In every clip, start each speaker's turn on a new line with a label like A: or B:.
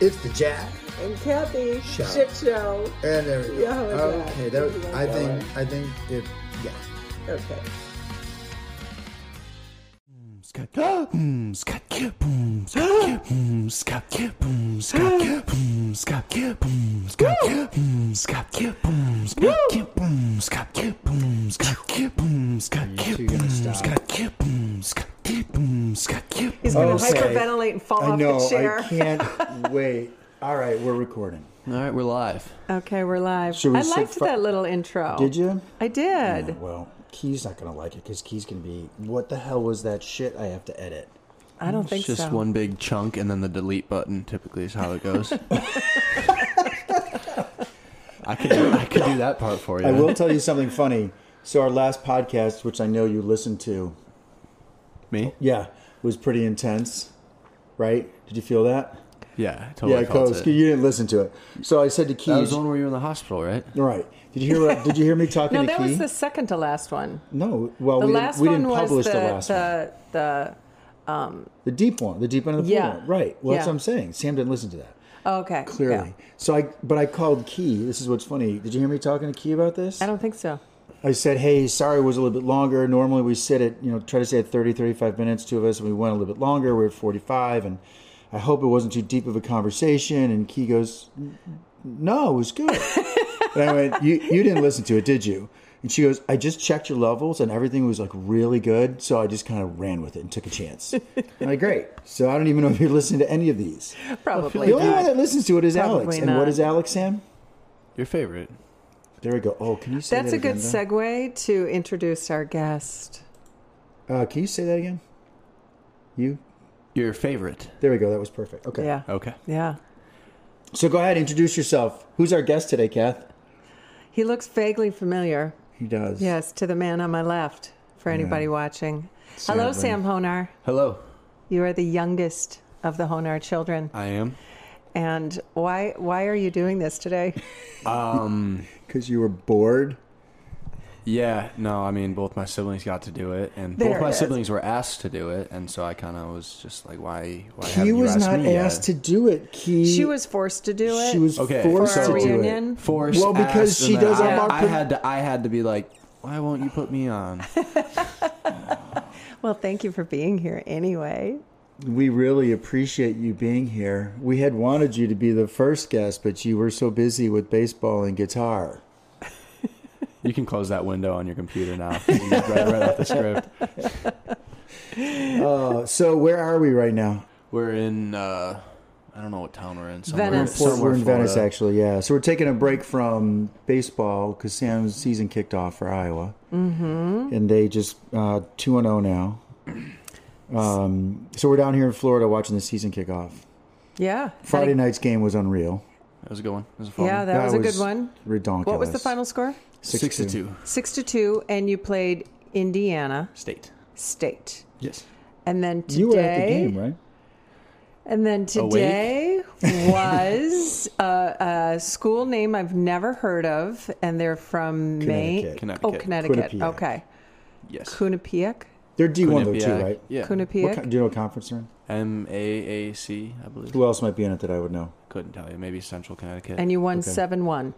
A: It's the Jack.
B: and Kathy
A: Show.
B: Ship Show.
A: And there we go.
B: Yeah, it was
A: okay,
B: that.
A: that
B: It
A: was,
B: was
A: I
B: that
A: think
B: one.
A: I think it yeah.
B: Okay.
C: Scat, boom, scat, boom, scat, boom, scat, boom, scat, boom, scat, boom, scat, boom, scat, boom, scat, boom, scat, boom, scat, boom, scat, boom, scat, boom, scat, boom, scat,
B: He's going to
D: Okay.
B: hyperventilate and fall
D: I
B: off
D: know.
B: the chair.
D: I can't wait. All right, we're recording.
C: All right, we're live.
B: Okay, we're live.
D: Should we
B: I
D: sit
B: liked
D: fi-
B: that little intro.
D: Did you?
B: I did.
D: Yeah, well, Key's not gonna like it because Key's gonna be. What the hell was that shit? I have to edit.
B: I don't think
C: It's just
B: so.
C: one big chunk and then the delete button typically is how it goes. I could do, I could do that part for you.
D: I will tell you something funny. So our last podcast, which I know you listened to,
C: Me?
D: yeah, was pretty intense, right? Did you feel that?
C: Yeah, totally.
D: yeah,
C: Oh, felt
D: Coach,
C: it.
D: you didn't listen to it. So I said to Key,
C: That was the one where you were in the hospital, right?
D: right? Did you hear? What, did you hear me talking
B: No,
D: to
B: that
D: Key?
B: was the second to last one.
D: No, well,
B: The
D: we,
B: last
D: didn't, we
B: one
D: didn't
B: was
D: publish
B: the
D: the, last one.
B: the, the
D: The deep one, the deep end of the pool
B: Yeah.
D: one. Right. Well, that's
B: Yeah.
D: what I'm saying. Sam didn't listen to that.
B: oh, okay.
D: Clearly.
B: yeah.
D: So I, but I called Key. This is what's funny. Did you hear me talking to Key about this?
B: I don't think so.
D: I said, hey, sorry, it was a little bit longer. Normally we sit at, you know, try to stay at 30, 35 minutes, two of us, and we went a little bit longer. We are at 45, and I hope it wasn't too deep of a conversation. And Key goes, no, it was good. and I went, you, you didn't listen to it, did you? And she goes, I just checked your levels and everything was like really good. So I just kind of ran with it and took a chance. I'm like, great. So I don't even know if you're listening to any of these.
B: Probably
D: The only one
B: not.
D: that listens to it is Alex.
B: Oh Probably
D: And what
B: not.
D: is Alex, Sam?
C: Your favorite.
D: There we go. Oh, can you say
B: That's
D: that
B: a good
D: again,
B: segue to introduce our guest.
D: though? Uh, can you say that again? You?
C: Your favorite.
D: There we go. That was perfect. Okay.
B: Yeah.
C: Okay.
B: Yeah.
D: So go ahead, introduce yourself. Who's our guest today, Kath?
B: He looks vaguely familiar.
D: He does.
B: Yes, to the man on my left for anybody watching. Hello,
D: Sadly.
B: Sam Honar.
C: Hello.
B: You are the youngest of the Honar children.
C: I am.
B: And why why are you doing this today?
D: Because you were bored.
C: Yeah. No, I mean, both my siblings got to do it, and
B: There
C: both my
B: it is.
C: siblings were asked to do it, and so I kind of was just like, why? Why
D: He
C: haven't you
D: was
C: asked
D: not
C: me
D: asked
C: yet?
D: to do it, Key.
B: She was forced to do it.
D: She was
C: Okay.
D: forced
B: For our
D: to do
B: reunion?
D: it.
C: Forced.
D: Well, because
C: asked,
D: she
C: and then
D: does
C: I,
D: have our
C: I
D: pro-
C: had to. I had to be like, why won't you put me on?
B: Well, thank you for being here anyway.
D: We really appreciate you being here. We had wanted you to be the first guest, but you were so busy with baseball and guitar.
C: you can close that window on your computer now. right, right off the script.
D: Uh, so where are we right now?
C: We're in. uh I don't know what town we're in. Somewhere,
B: Venice.
D: Port-
C: Somewhere
D: we're in Venice,
C: Florida.
D: actually, yeah. So we're taking a break from baseball because Sam's season kicked off for Iowa, mm-hmm. and they just uh, two and zero now. Um, so we're down here in Florida watching the season kick off.
B: Yeah.
D: Friday night's game was unreal.
C: That was a good one. That was a fun
B: Yeah,
C: one.
B: Oh, that, was, a good one.
D: Redonkulous.
B: What was the final score?
C: Six to two.
B: Six to two, and you played Indiana
C: State.
B: State.
C: Yes.
B: And then today
D: You were at the game, right? Oh,
B: And then today was a, a school name I've never heard of, and they're from Maine.
D: Connecticut.
B: Oh,
C: Connecticut.
B: Connecticut.
D: Quinnipiac.
B: Okay.
C: Yes.
B: Quinnipiac.
D: They're D one though too,
C: Quinnipiac.
D: right?
C: Yeah.
D: What
B: Quinnipiac.
D: kind, do you know what conference they're in?
C: M A A C, I believe.
D: Who else might be in it that I would know?
C: Couldn't tell you. Maybe Central Connecticut.
B: and you won
D: Okay.
B: 7 1.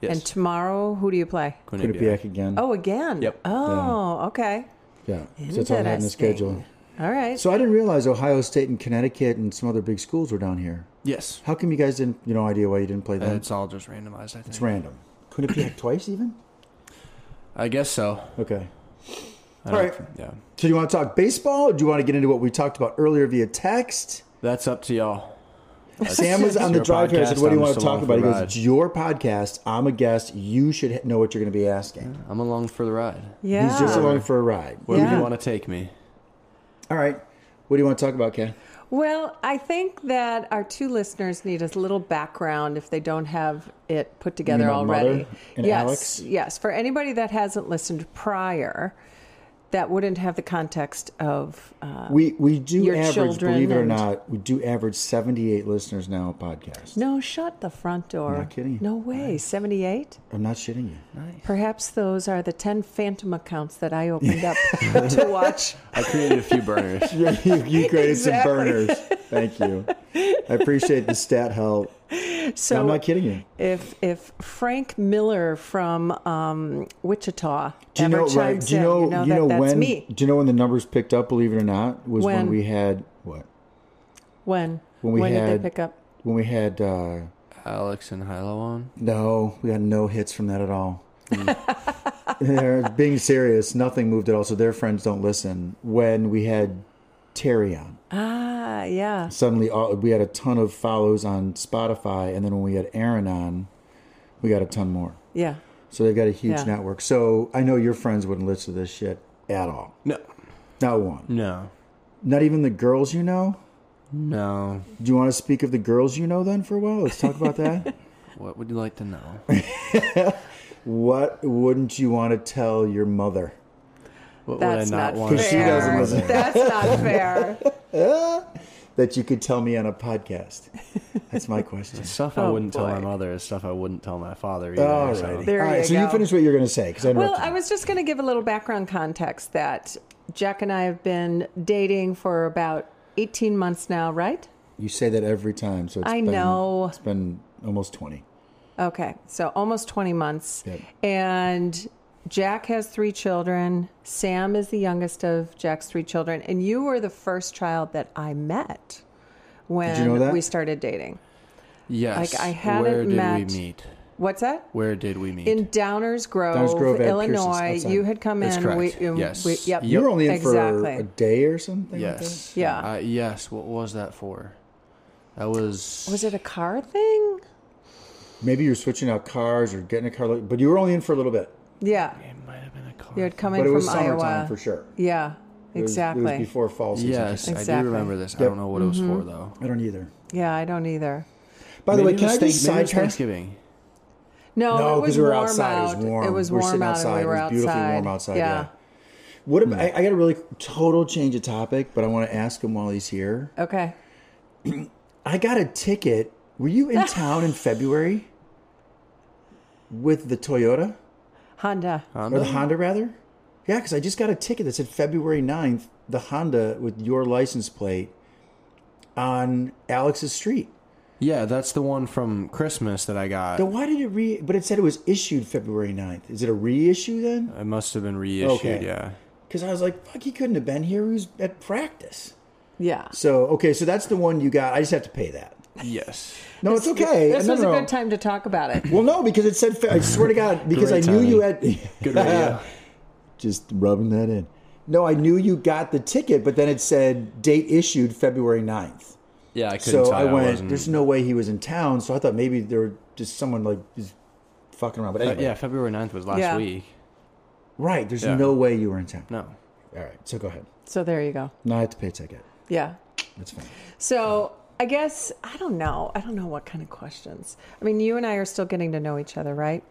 C: yes.
B: And tomorrow, who do you play?
D: Quinnipiac, Quinnipiac again.
B: Oh, again.
C: Yep.
B: Oh, okay.
D: yeah. So that's all I had in the
B: Interesting.
D: schedule.
B: All right.
D: So I didn't realize Ohio State and Connecticut and some other big schools were down here.
C: Yes.
D: How come you guys didn't? You know, idea why you didn't play
C: Uh,
D: them?
C: it's all just randomized, I think.
D: It's random. Quinnipiac twice, even.
C: I guess so.
D: Okay.
C: I
D: All
C: don't-
D: right.
C: Yeah.
D: So do you want to talk baseball? Or do you want to get into what we talked about earlier via text?
C: That's up to y'all.
D: Sam was on the
C: your
D: drive here. I said,
C: podcast.
D: "What do you
C: I'm
D: want to
C: just
D: talk
C: along
D: about?" He
C: for the
D: goes,
C: ride.
D: "It's your podcast. I'm a guest. You should h- know what you're going to be asking."
C: I'm along for the ride.
B: yeah.
D: He's just along for a ride.
C: Where do
B: Yeah.
C: you want to take me?
D: All right. What do you want to talk about, Ken?
B: Well, I think that our two listeners need a little background if they don't have it put together
D: my mother
B: already.
D: and
B: yes,
D: Alex?
B: yes. For anybody that hasn't listened prior, that wouldn't have the context of. Uh,
D: We we do
B: Your
D: average,
B: children
D: believe it or
B: and-
D: not, we do average 78 listeners now a podcast.
B: no, shut the front door.
D: Not kidding.
B: No way. Seventy-eight.
D: I'm not shitting you.
B: Perhaps those are the ten phantom accounts that I opened up to watch.
C: I created a few burners.
D: you, you created some burners. Thank you. I appreciate the stat help.
B: So
D: I'm not kidding you.
B: If if Frank Miller from um, Wichita
D: Do you
B: ever
D: know
B: chimes
D: right? Do you
B: in,
D: know,
B: you know,
D: you know
B: that, that's
D: when
B: me.
D: do you know when the numbers picked up, believe it or not, was when,
B: When?
D: we had what?
B: When
D: When we
B: did
D: had-
B: they pick up?
D: When we had uh
C: Alex and Hilo on.
D: no, we got no hits from that at all. They're being serious, nothing moved at all, so their friends don't listen. When we had Terry on.
B: Ah, yeah.
D: suddenly all, we had a ton of follows on Spotify, and then when we had Aaron on, we got a ton more.
B: Yeah.
D: So they've got a huge
B: Yeah.
D: network. So I know your friends wouldn't listen to this shit at all.
C: No,
D: Not one.
C: no,
D: Not even the girls you know.
C: no.
D: Do you want to speak of the girls you know then for a while? Let's talk about that.
C: What would you like to know?
D: what wouldn't you want to tell your mother?
C: What
B: That's
C: would I
B: not,
C: not,
B: fair.
C: want? to
D: Because she
C: know?
D: doesn't listen.
B: That's not fair.
D: That you could tell me on a podcast. That's my question.
C: Stuff I
B: Oh,
C: wouldn't tell my
B: boy.
C: mother is stuff I wouldn't tell my father either.
D: All
C: so-
D: right.
B: There
D: All right.
B: you
D: so you
B: go.
D: finish what you're going to say because I
B: Well,
D: interrupted.
B: I
D: you.
B: was just going to give a little background context that Jack and I have been dating for about 18 months now, right?
D: You say that every time. So it's
B: I
D: been,
B: know.
D: It's been almost twenty.
B: Okay. So almost 20 months.
D: Yep.
B: And Jack has three children. Sam is the youngest of Jack's three children. And you were the first child that I met when
D: know that?
B: we started dating.
C: Yes.
B: Like, I hadn't
C: Where did
B: met-
C: we meet?
B: What's that?
C: Where did we meet?
B: In Downers Grove,
D: Downers Grove, Ed
B: Illinois.
D: Pearson's outside.
B: You had come
C: That's
B: in.
C: correct.
B: We, um,
C: Yes.
B: We, yep.
D: You were only in for
B: exactly.
D: a day or something. like
C: yes.
B: that? Yeah.
C: Uh, yes. What was that for? That was.
B: Was it a car thing?
D: that? Maybe you're switching out cars or getting a car, like- but you were only in for a little bit.
B: Yeah.
C: It might have been a car.
B: You had come in
D: But it
B: from
D: was summertime
B: Iowa.
D: for sure.
B: Yeah.
D: It was-
B: Exactly.
D: It was before fall season.
C: Yes, I
B: Exactly. Mm-hmm.
C: do remember this. I
D: Yep.
C: don't know what it was for though.
D: I don't either.
B: yeah, I don't either.
D: By the
C: Maybe
D: way,
C: it
D: can
C: was
D: I
C: Thank-
D: just
C: maybe it was
D: sidetrack?
C: Thanksgiving.
B: No,
D: No,
B: Oh, it was
D: because we were
B: warm
D: outside.
B: out.
D: It was warm. We were
B: warm
D: sitting
B: out,
D: outside.
B: and we
D: It
B: were
D: was beautifully warm outside,
B: Yeah. Hmm.
D: What am, I, I got a really total change of topic, but I want to ask him while he's here.
B: Okay.
D: I got a ticket. Were you in town in February with the Toyota?
B: Honda.
D: Or the
C: Honda?
D: Honda, rather? Yeah, because I just got a ticket that said February 9th, the Honda with your license plate on Alex's street.
C: Yeah, that's the one from Christmas that I got.
D: Then why did it re. But it said it was issued February 9th. Is it a reissue then?
C: It must have been reissued.
D: Okay.
C: Yeah.
D: Because I was like, fuck, he couldn't have been here. He was at practice.
B: Yeah.
D: So, okay, so that's the one you got. I just have to pay that.
C: Yes.
D: No, it's okay.
B: This
D: No,
B: was
D: no,
B: a
D: no.
B: good time to talk about it.
D: Well, no, because it said, Fe- I swear to God, because I
C: Great
D: knew you had.
C: timing. Good radio.
D: just rubbing that in. No, I knew you got the ticket, but then it said date issued February 9th.
C: yeah, I
D: So
C: couldn't tell
D: I
C: you
D: went,
C: wasn't-
D: there's no way he was in town. So I thought maybe there were just someone like just fucking around. But
C: Uh,
D: anyway,
C: yeah, February 9th was last
B: Yeah.
C: week.
D: right. There's
C: Yeah.
D: no way you were in town.
C: No.
D: All right. So go ahead.
B: So there you go.
D: Now I have to pay a ticket.
B: Yeah.
D: That's fine.
B: So I guess I don't know. I don't know what kind of questions. I mean, you and I are still getting to know each other, right?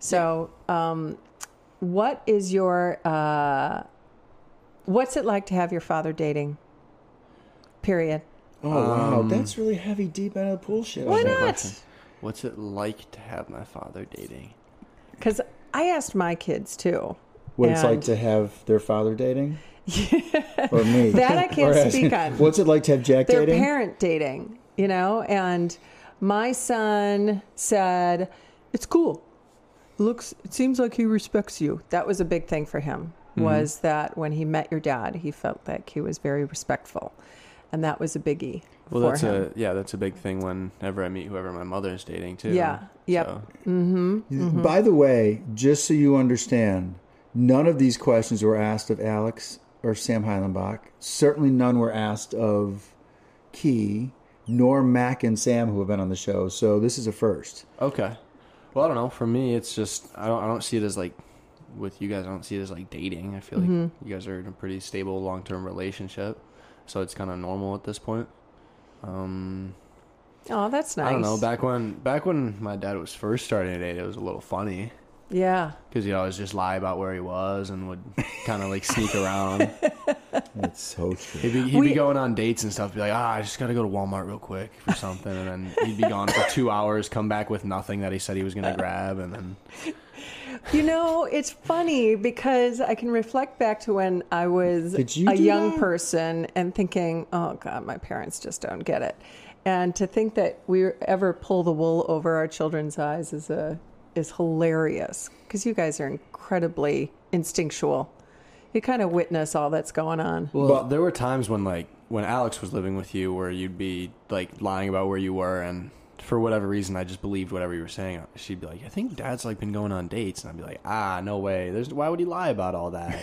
B: So, um, what is your uh, what's it like to have your father dating? Period.
D: Oh, wow. That's really heavy, deep out of the pool shit.
B: Why
D: Okay.
B: not?
C: question. What's it like to have my father dating?
B: Because I asked my kids too.
D: What it's like
B: And-
D: to have their father dating? or me?
B: That I can't
D: Or ask-
B: speak on.
D: What's it like to have Jack
B: their
D: dating?
B: parent dating, you know? And my son said, It's cool. Looks it seems like he respects you. That was a big thing for him
C: Mm-hmm.
B: was that when he met your dad, he felt like he was very respectful. And that was a biggie
C: Well,
B: for
C: that's
B: him.
C: a yeah, that's a big thing whenever I meet whoever my mother is dating too.
B: Yeah. Yep.
C: So,
D: By the way, just so you understand, none of these questions were asked of Alex or Sam Heilenbach. Certainly none were asked of Key, nor Mac and Sam, who have been on the show. So this is a first.
C: okay. Well, I don't know. For me, it's just I don't I don't see it as like with you guys. I don't see it as like dating. I feel like
B: Mm-hmm.
C: you guys are in a pretty stable long term relationship, so it's kind of normal at this point. Um,
B: Oh, that's nice.
C: I don't know. Back when back when my dad was first starting to date, it was a little funny
B: yeah.
C: because he'd always just lie about where he was and would kind of like sneak around.
D: That's so true.
C: He'd be, he'd
B: We-
C: be going on dates and stuff. Be like, ah, I just gotta go to Walmart real quick for something, and then he'd be gone for two hours, come back with nothing that he said he was gonna grab, and then
B: You know, it's funny because I can reflect back to when I was
D: Did you
B: a
D: do
B: young
D: that?
B: person and thinking, "Oh God, my parents just don't get it," and to think that we ever pull the wool over our children's eyes is a is hilarious because you guys are incredibly instinctual. You kind of witness all that's going on.
C: Well, there were times when like when Alex was living with you where you'd be like lying about where you were and for whatever reason I just believed whatever you were saying. She'd be like, "I think dad's like been going on dates." And I'd be like, "Ah, no way. There's why would he lie about all that?"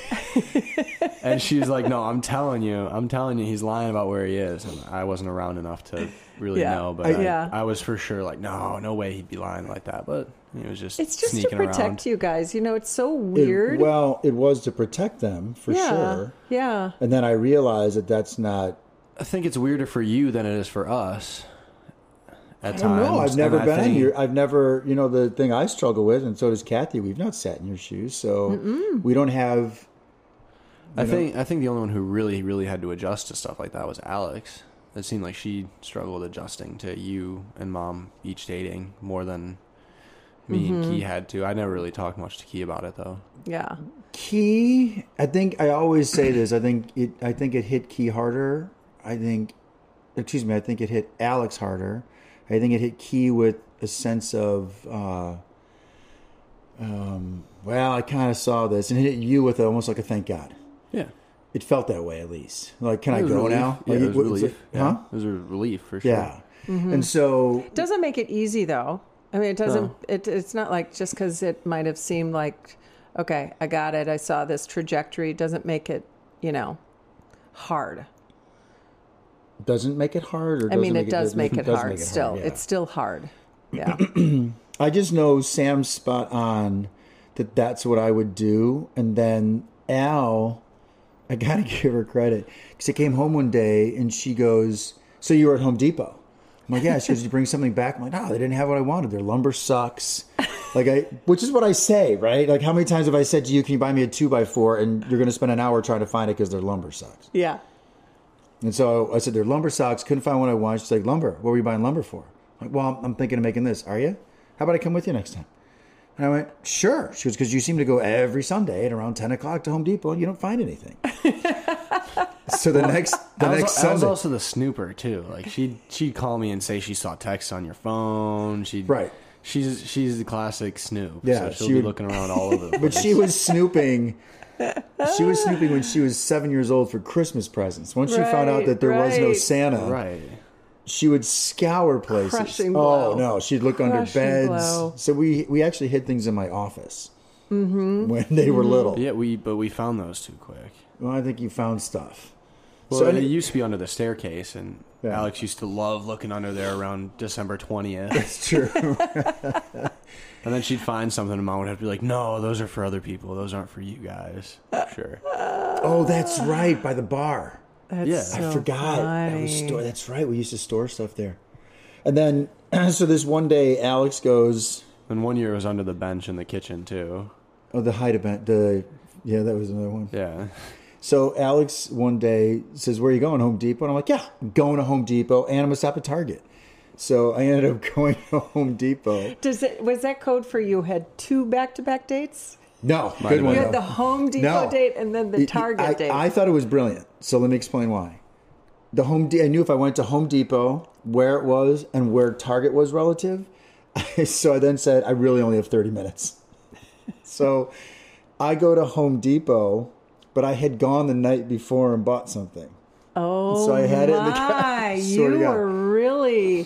C: and she's like, "No, I'm telling you. I'm telling you he's lying about where he is." And I wasn't around enough to really
B: Yeah.
C: know, but
B: I-
C: I,
B: Yeah.
C: I was for sure like, "No, no way he'd be lying like that." But it was just
B: It's just to
C: sneaking
B: protect
C: around.
B: you guys. You know, it's so
D: It-
B: weird.
D: well, it was to protect them for
B: yeah,
D: sure.
B: yeah.
D: And then I realized that that's not.
C: I think it's weirder for you than it is for us. At
D: I don't know.
C: times,
D: Oh, I've never
C: and I
D: been in
C: think-
D: your. I've never. You know the thing I struggle with, and so does Kathy. We've not sat in your shoes, so we don't have.
C: I think I think the only one who really really had to adjust to stuff like that was Alex. It seemed like she struggled adjusting to you and mom each dating more than me and
D: Mm-hmm.
C: Key had to. I never really talked much to Key about it though.
B: Yeah.
D: Key. I think I always say this. I think it. I think it hit Key harder. I think. Excuse me. I think it hit Alex harder. I think it hit Key with a sense of. Uh, um, well, I kind of saw this, and it hit you with almost like a thank God.
C: Yeah,
D: It felt that way, at least. Like, can
C: it
D: I
C: was
D: go
C: relief.
D: now?
C: Yeah,
D: Like,
C: it was
D: what-
C: relief. Mm-hmm.
D: like,
C: yeah.
D: Huh?
C: It was a relief for sure.
D: Yeah. And so
B: doesn't make it easy though i mean it doesn't
C: No.
B: it, it's not like just because it might have seemed like okay i got it i saw this trajectory doesn't make it you know hard
D: doesn't make it hard, or
B: i
D: doesn't
B: mean it does make it
D: does
B: hard still
D: yeah.
B: it's still hard yeah
D: I just know Sam's spot on that that's what I would do. And then Al, I got to give her credit because I came home one day and she goes, So you were at Home Depot? I'm like, Yeah. She goes, Did you bring something back? I'm like, No, they didn't have what I wanted. Their lumber sucks. Like I, which is what I say, right? Like, how many times have I said to you, "Can you buy me a two by four? And you're going to spend an hour trying to find it because their lumber sucks.
B: yeah
D: And so I said, they're lumber socks. Couldn't find one I wanted. She's like, lumber. What were you buying lumber for? I'm like, well, I'm, I'm thinking of making this. Are you? How about I come with you next time? And I went, sure. She goes, because you seem to go every Sunday at around 10 o'clock to Home Depot and you don't find anything. so the next, the
C: I
D: next
C: was, I was
D: Sunday.
C: also the snooper too. Like she she'd call me and say she saw texts on your phone. She
D: Right.
C: She's she's the classic snoop.
D: Yeah,
C: so
D: she
C: she'll be
D: would-
C: looking around all over. The
D: but
C: place.
D: she was snooping. She was snooping when she was seven years old for Christmas presents. Once she found out
B: Right,
D: that there was no
B: right.
D: Santa,
C: right.
D: she would scour places.
B: Crushing blow.
D: Oh no, she'd look under
B: Crushing
D: beds.
B: blow.
D: So we we actually hid things in my office
B: Mm-hmm.
D: when they were little.
C: Yeah, we but we found those too quick.
D: Well, I think you found stuff.
C: Well,
D: So
C: and
D: any-
C: it used to be under the staircase, and
D: Yeah.
C: Alex used to love looking under there around December twentieth,
D: It's true.
C: and then she'd find something, and Mom would have to be like, "No, those are for other people. Those aren't for you guys." Sure.
D: oh, that's
B: Ah.
D: right, by the bar.
B: that's
C: Yeah. I
B: so
D: I forgot. That was
B: funny.
D: store- that's right. We used to store stuff there. And then, so this one day, Alex goes.
C: And one year it was under the bench in the kitchen too.
D: Oh, the hide event. The yeah, that was another one.
C: Yeah.
D: So Alex one day says, "Where are you going? Home Depot?" And I'm like, "Yeah, I'm going to Home Depot, and I'm gonna stop at Target." So I ended up going to Home Depot.
B: does it was that code for you had two back-to-back dates
D: No, good one.
C: Might have been.
B: you
C: No.
B: had the home depot
D: No.
B: date and then the
D: It-
B: target
D: I,
B: date
D: I thought it was brilliant. So let me explain why. The Home De- I knew if I went to Home Depot, where it was and where Target was relative. so I then said, I really only have 30 minutes. so I go to Home Depot, but I had gone the night before and bought something.
B: oh
D: so I had it in the
B: my
D: car. Swear
B: you
D: to God.
B: were really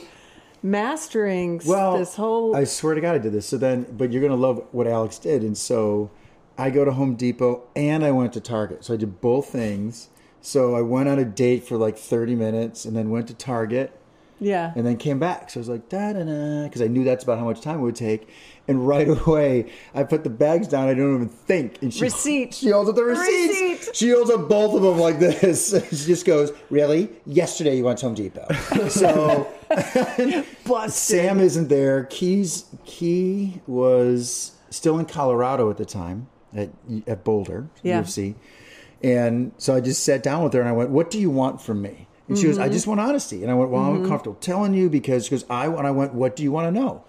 B: mastering s-
D: well,
B: this whole
D: I swear to God, I did this. So then, but you're gonna love what Alex did, and so I go to Home Depot and I went to Target. So I did both things. So I went on a date for like 30 minutes, and then went to Target,
B: yeah
D: and then came back. So I was like da da da, because I knew that's about how much time it would take. And right away, I put the bags down. I don't even think. And she
B: Receipt.
D: She holds up the receipts.
B: Receipt.
D: She holds up both of them like this. she just goes, "Really? Yesterday you went to Home Depot." So. Sam isn't there. Keys Key was still in Colorado at the time at at Boulder
B: Yeah.
D: UFC, and so I just sat down with her and I went, "What do you want from me?" And she goes, "I just want honesty." And I went, "Well, I'm uncomfortable telling you because because I and I went, what do you want to know?"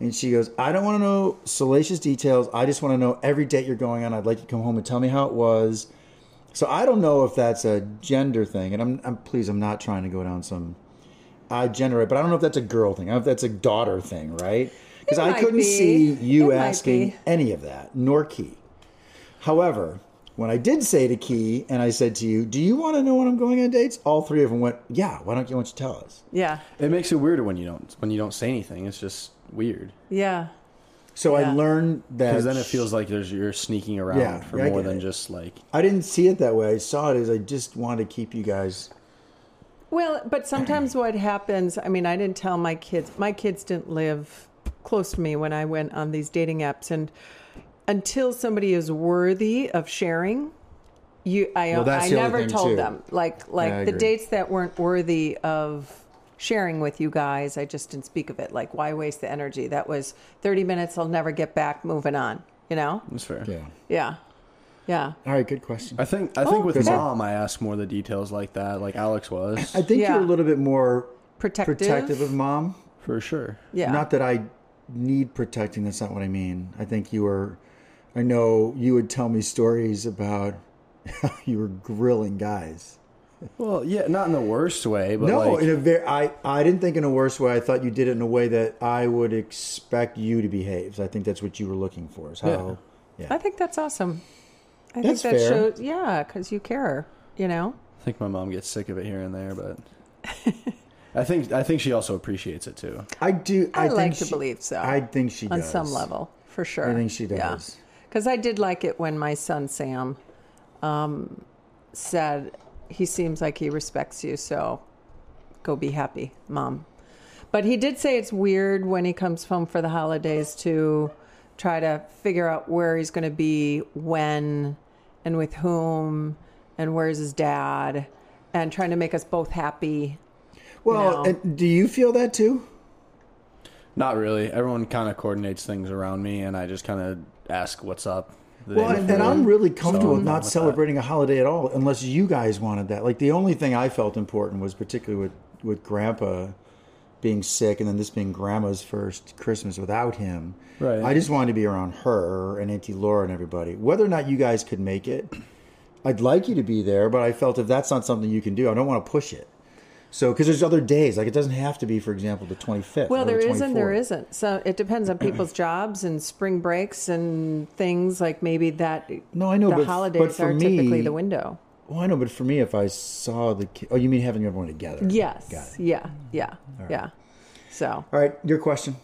D: And she goes, I don't want to know salacious details. I just want to know every date you're going on. I'd like you to come home and tell me how it was. So I don't know if that's a gender thing. And I'm, I'm please, I'm not trying to go down some I gender it, but I don't know if that's a girl thing. I don't know if that's a daughter thing, right? Because
B: It
D: I
B: might
D: couldn't
B: be.
D: see you
B: It might
D: asking
B: be.
D: any of that, nor Key. However, when I did say to Key and I said to you, Do you want to know when I'm going on dates? All three of them went, Yeah, why don't you, why don't you tell us?
B: Yeah.
C: It makes it weirder when you don't when you don't say anything. It's just weird
B: Yeah.
D: So
B: Yeah.
D: I learned that.
C: because then it feels like there's you're sneaking around
D: Yeah,
C: for
D: yeah, I
C: more
D: get
C: than
D: it.
C: just like
D: I didn't see it that way. I saw it as I just wanted to keep you guys.
B: Well, but sometimes what happens, I mean, I didn't tell my kids, my kids didn't live close to me when I went on these dating apps. And until somebody is worthy of sharing, you, I,
D: Well, that's
B: I
D: the other
B: never
D: thing,
B: told
D: too.
B: them. Like, like
D: I
B: the
D: agree.
B: dates that weren't worthy of sharing with you guys, I just didn't speak of it. Like, why waste the energy? That was 30 minutes, I'll never get back, moving on, you know?
D: Mm.
C: it's fair.
D: Yeah.
B: Yeah. Yeah.
D: All right, good question.
C: I think I think
B: Oh,
C: with
B: okay.
C: mom I ask more the details like that, like Alex was
D: I think
B: Yeah.
D: you're a little bit more
B: Protective.
D: protective of mom.
C: for sure.
B: Yeah.
D: Not that I need protecting. That's not what I mean. I think you were. I know you would tell me stories about how you were grilling guys.
C: Well, yeah, not in the worst way, but
D: No,
C: like,
D: in a very. I I didn't think in a worse way. I thought you did it in a way that I would expect you to behave. I think that's what you were looking for. Is how. Yeah.
B: I think that's awesome. I
D: That's
B: think that
D: fair.
B: shows, yeah, because you care, you know?
C: I think my mom gets sick of it here and there, but I think I think she also appreciates it too.
D: I do.
B: I,
D: think
B: like to
D: she-
B: believe so.
D: I think she
B: on
D: does.
B: some level, for sure.
D: I think she does.
B: Because I did like it when my son Sam um, said, he seems like he respects you, so go be happy, mom. But he did say it's weird when he comes home for the holidays to try to figure out where he's going to be, when, and with whom, and where's his dad, and trying to make us both happy.
D: Well,
B: No.
D: and do you feel that too?
C: Not really. Everyone kind of coordinates things around me, and I just kind of ask what's up. the day
D: Well, and,
C: before.
D: and I'm really comfortable
C: So,
D: with
C: I'm
D: not
C: with
D: celebrating a holiday at all, unless you guys wanted that. Like the only thing I felt important was particularly with with Grandpa being sick, and then this being Grandma's first Christmas without him.
C: Right.
D: I just wanted to be around her and Auntie Laura and everybody. Whether or not you guys could make it, I'd like you to be there, but I felt if that's not something you can do, I don't want to push it. So, because there's other days, like it doesn't have to be, for example, the 25th.
B: Well,
D: or the
B: there is and there
D: 24th.
B: isn't. So it depends on people's jobs and spring breaks and things like maybe that.
D: No, I know,
B: the
D: but-
B: holidays
D: but for
B: are typically
D: me-
B: the window.
D: Well, I know, but for me, if I saw the ki- oh, you mean having everyone together?
B: Yes.
D: Got it.
B: Yeah. Yeah. Yeah. So,
D: All right, your question.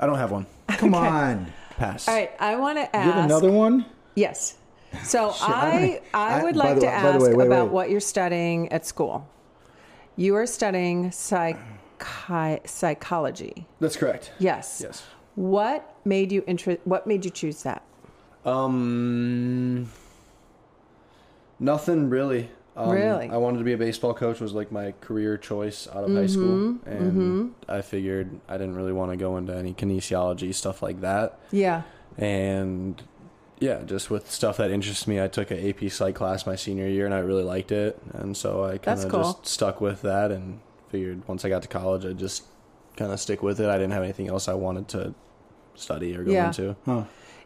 C: I don't have one.
D: Come on.
C: Pass.
B: all right, I want to ask.
D: You have another one?
B: Yes. So I, I
D: I-
B: would
D: by
B: like
D: the
B: to
D: way- by the
B: ask
D: way, wait,
B: about
D: wait.
B: what you're studying at school. You are studying psychi- psychology.
C: That's correct.
B: Yes.
C: Yes.
B: What made you inter- What made you choose that?
C: Um, nothing really. Um,
B: Really? Mm-hmm,
C: I wanted to be a baseball coach was like my career choice out of high school, and I figured I didn't really want to go into any kinesiology stuff like that.
B: Yeah.
C: and yeah, just with stuff that interests me, I took an AP Psych class my senior year, and I really liked it, and so I kind
B: That's
C: of
B: cool.
C: just stuck with that, and figured once I got to college, I'd just kind of stick with it. I didn't have anything else I wanted to study or go
B: Yeah.
C: into.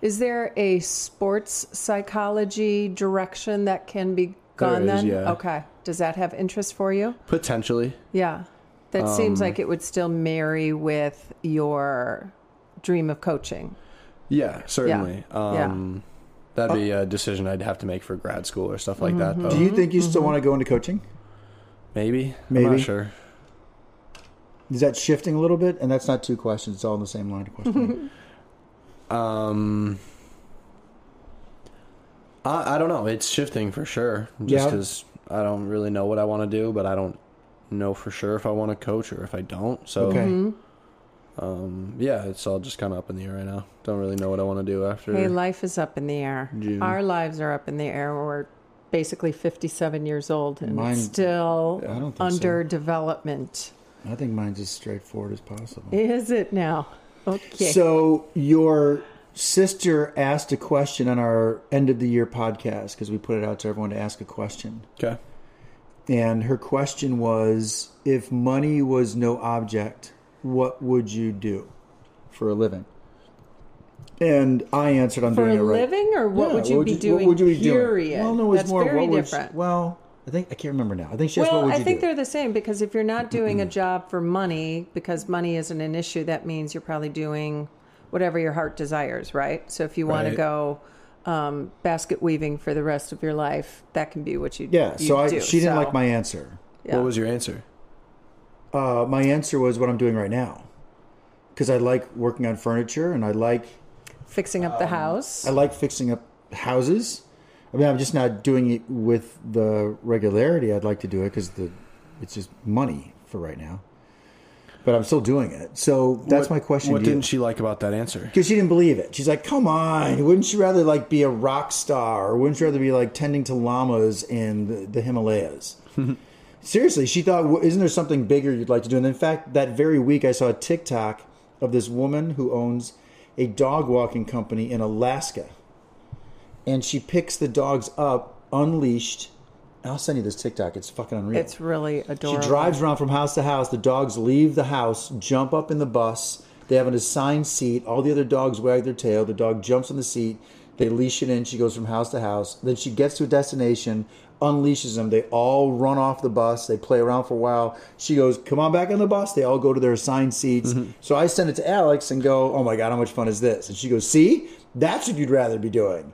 B: Is there a sports psychology direction that can be gone
C: There is,
B: then?
C: yeah.
B: Okay. Does that have interest for you?
C: Potentially,
B: Yeah. That
D: Um,
B: seems like it would still marry with your dream of coaching.
C: yeah, certainly.
B: Yeah.
C: Um, That'd be a decision I'd have to make for grad school or stuff like that, though.
D: Oh. Mm-hmm. Do you think you
B: Mm-hmm.
D: still want to go into coaching?
C: Maybe, I'm
D: Maybe.
C: not sure.
D: Is that shifting a little bit? And that's not two questions, it's all in the same line of
B: Mm-hmm.
D: questioning.
C: Um, I, I don't know. It's shifting for sure. Just
D: Yeah.
C: because I don't really know what I want to do, but I don't know for sure if I want to coach or if I don't. So
D: okay.
C: um, yeah, it's all just kind of up in the air right now. Don't really know what I want to do after.
B: Hey, life is up in the air.
C: June.
B: Our lives are up in the air. We're basically 57 years old and
D: Mine-
B: it's still
D: I don't think so.
B: under development.
D: I think mine's as straightforward as possible.
B: Is it now? Okay.
D: So, your sister asked a question on our end of the year podcast because we put it out to everyone to ask a question.
C: okay.
D: And her question was if money was no object, what would you do? for a living. And I answered, I'm
B: For
D: doing
B: a
D: it right.
B: living, or what
D: Yeah,
B: would you be doing?
D: What would you be
B: period.
D: doing? Well, no, it's
B: That's
D: more
B: very
D: what would-
B: different.
D: well, I think I can't remember now. I think she asked,
B: well,
D: "What would
B: I
D: you
B: think
D: do?"
B: they're the same because if you're not doing a job for money, because money isn't an issue, that means you're probably doing whatever your heart desires, right? So if you want to
D: Right.
B: go um, basket weaving for the rest of your life, that can be what you
D: Yeah.
B: you
D: So I,
B: do.
D: she didn't
B: So,
D: like my answer.
B: yeah.
C: What was your answer?
D: Uh, my answer was what I'm doing right now, because I like working on furniture and I like
B: fixing up the house.
D: Um, I like fixing up houses. I mean, I'm just not doing it with the regularity I'd like to do it because the it's just money for right now. But I'm still doing it. So that's
C: What-
D: my question.
C: What
D: to you.
C: didn't she like about that answer?
D: because she didn't believe it. She's like, "Come on, wouldn't you rather like be a rock star, or wouldn't you rather be like tending to llamas in the, the Himalayas?" Seriously, she thought, "W- "Isn't there something bigger you'd like to do?" And in fact, that very week, I saw a TikTok of this woman who owns a dog walking company in Alaska, and she picks the dogs up unleashed. I'll send you this TikTok. It's fucking unreal.
B: it's really adorable.
D: She drives around from house to house. The dogs leave the house, jump up in the bus. They have an assigned seat. All the other dogs wag their tail. The dog jumps on the seat. They leash it in. She goes from house to house. Then she gets to a destination, unleashes them. They all run off the bus. They play around for a while. She goes, Come on back on the bus. They all go to their assigned seats.
C: Mm-hmm.
D: So I send it to Alex and go, Oh my God, how much fun is this? And she goes, See, that's what you'd rather be doing.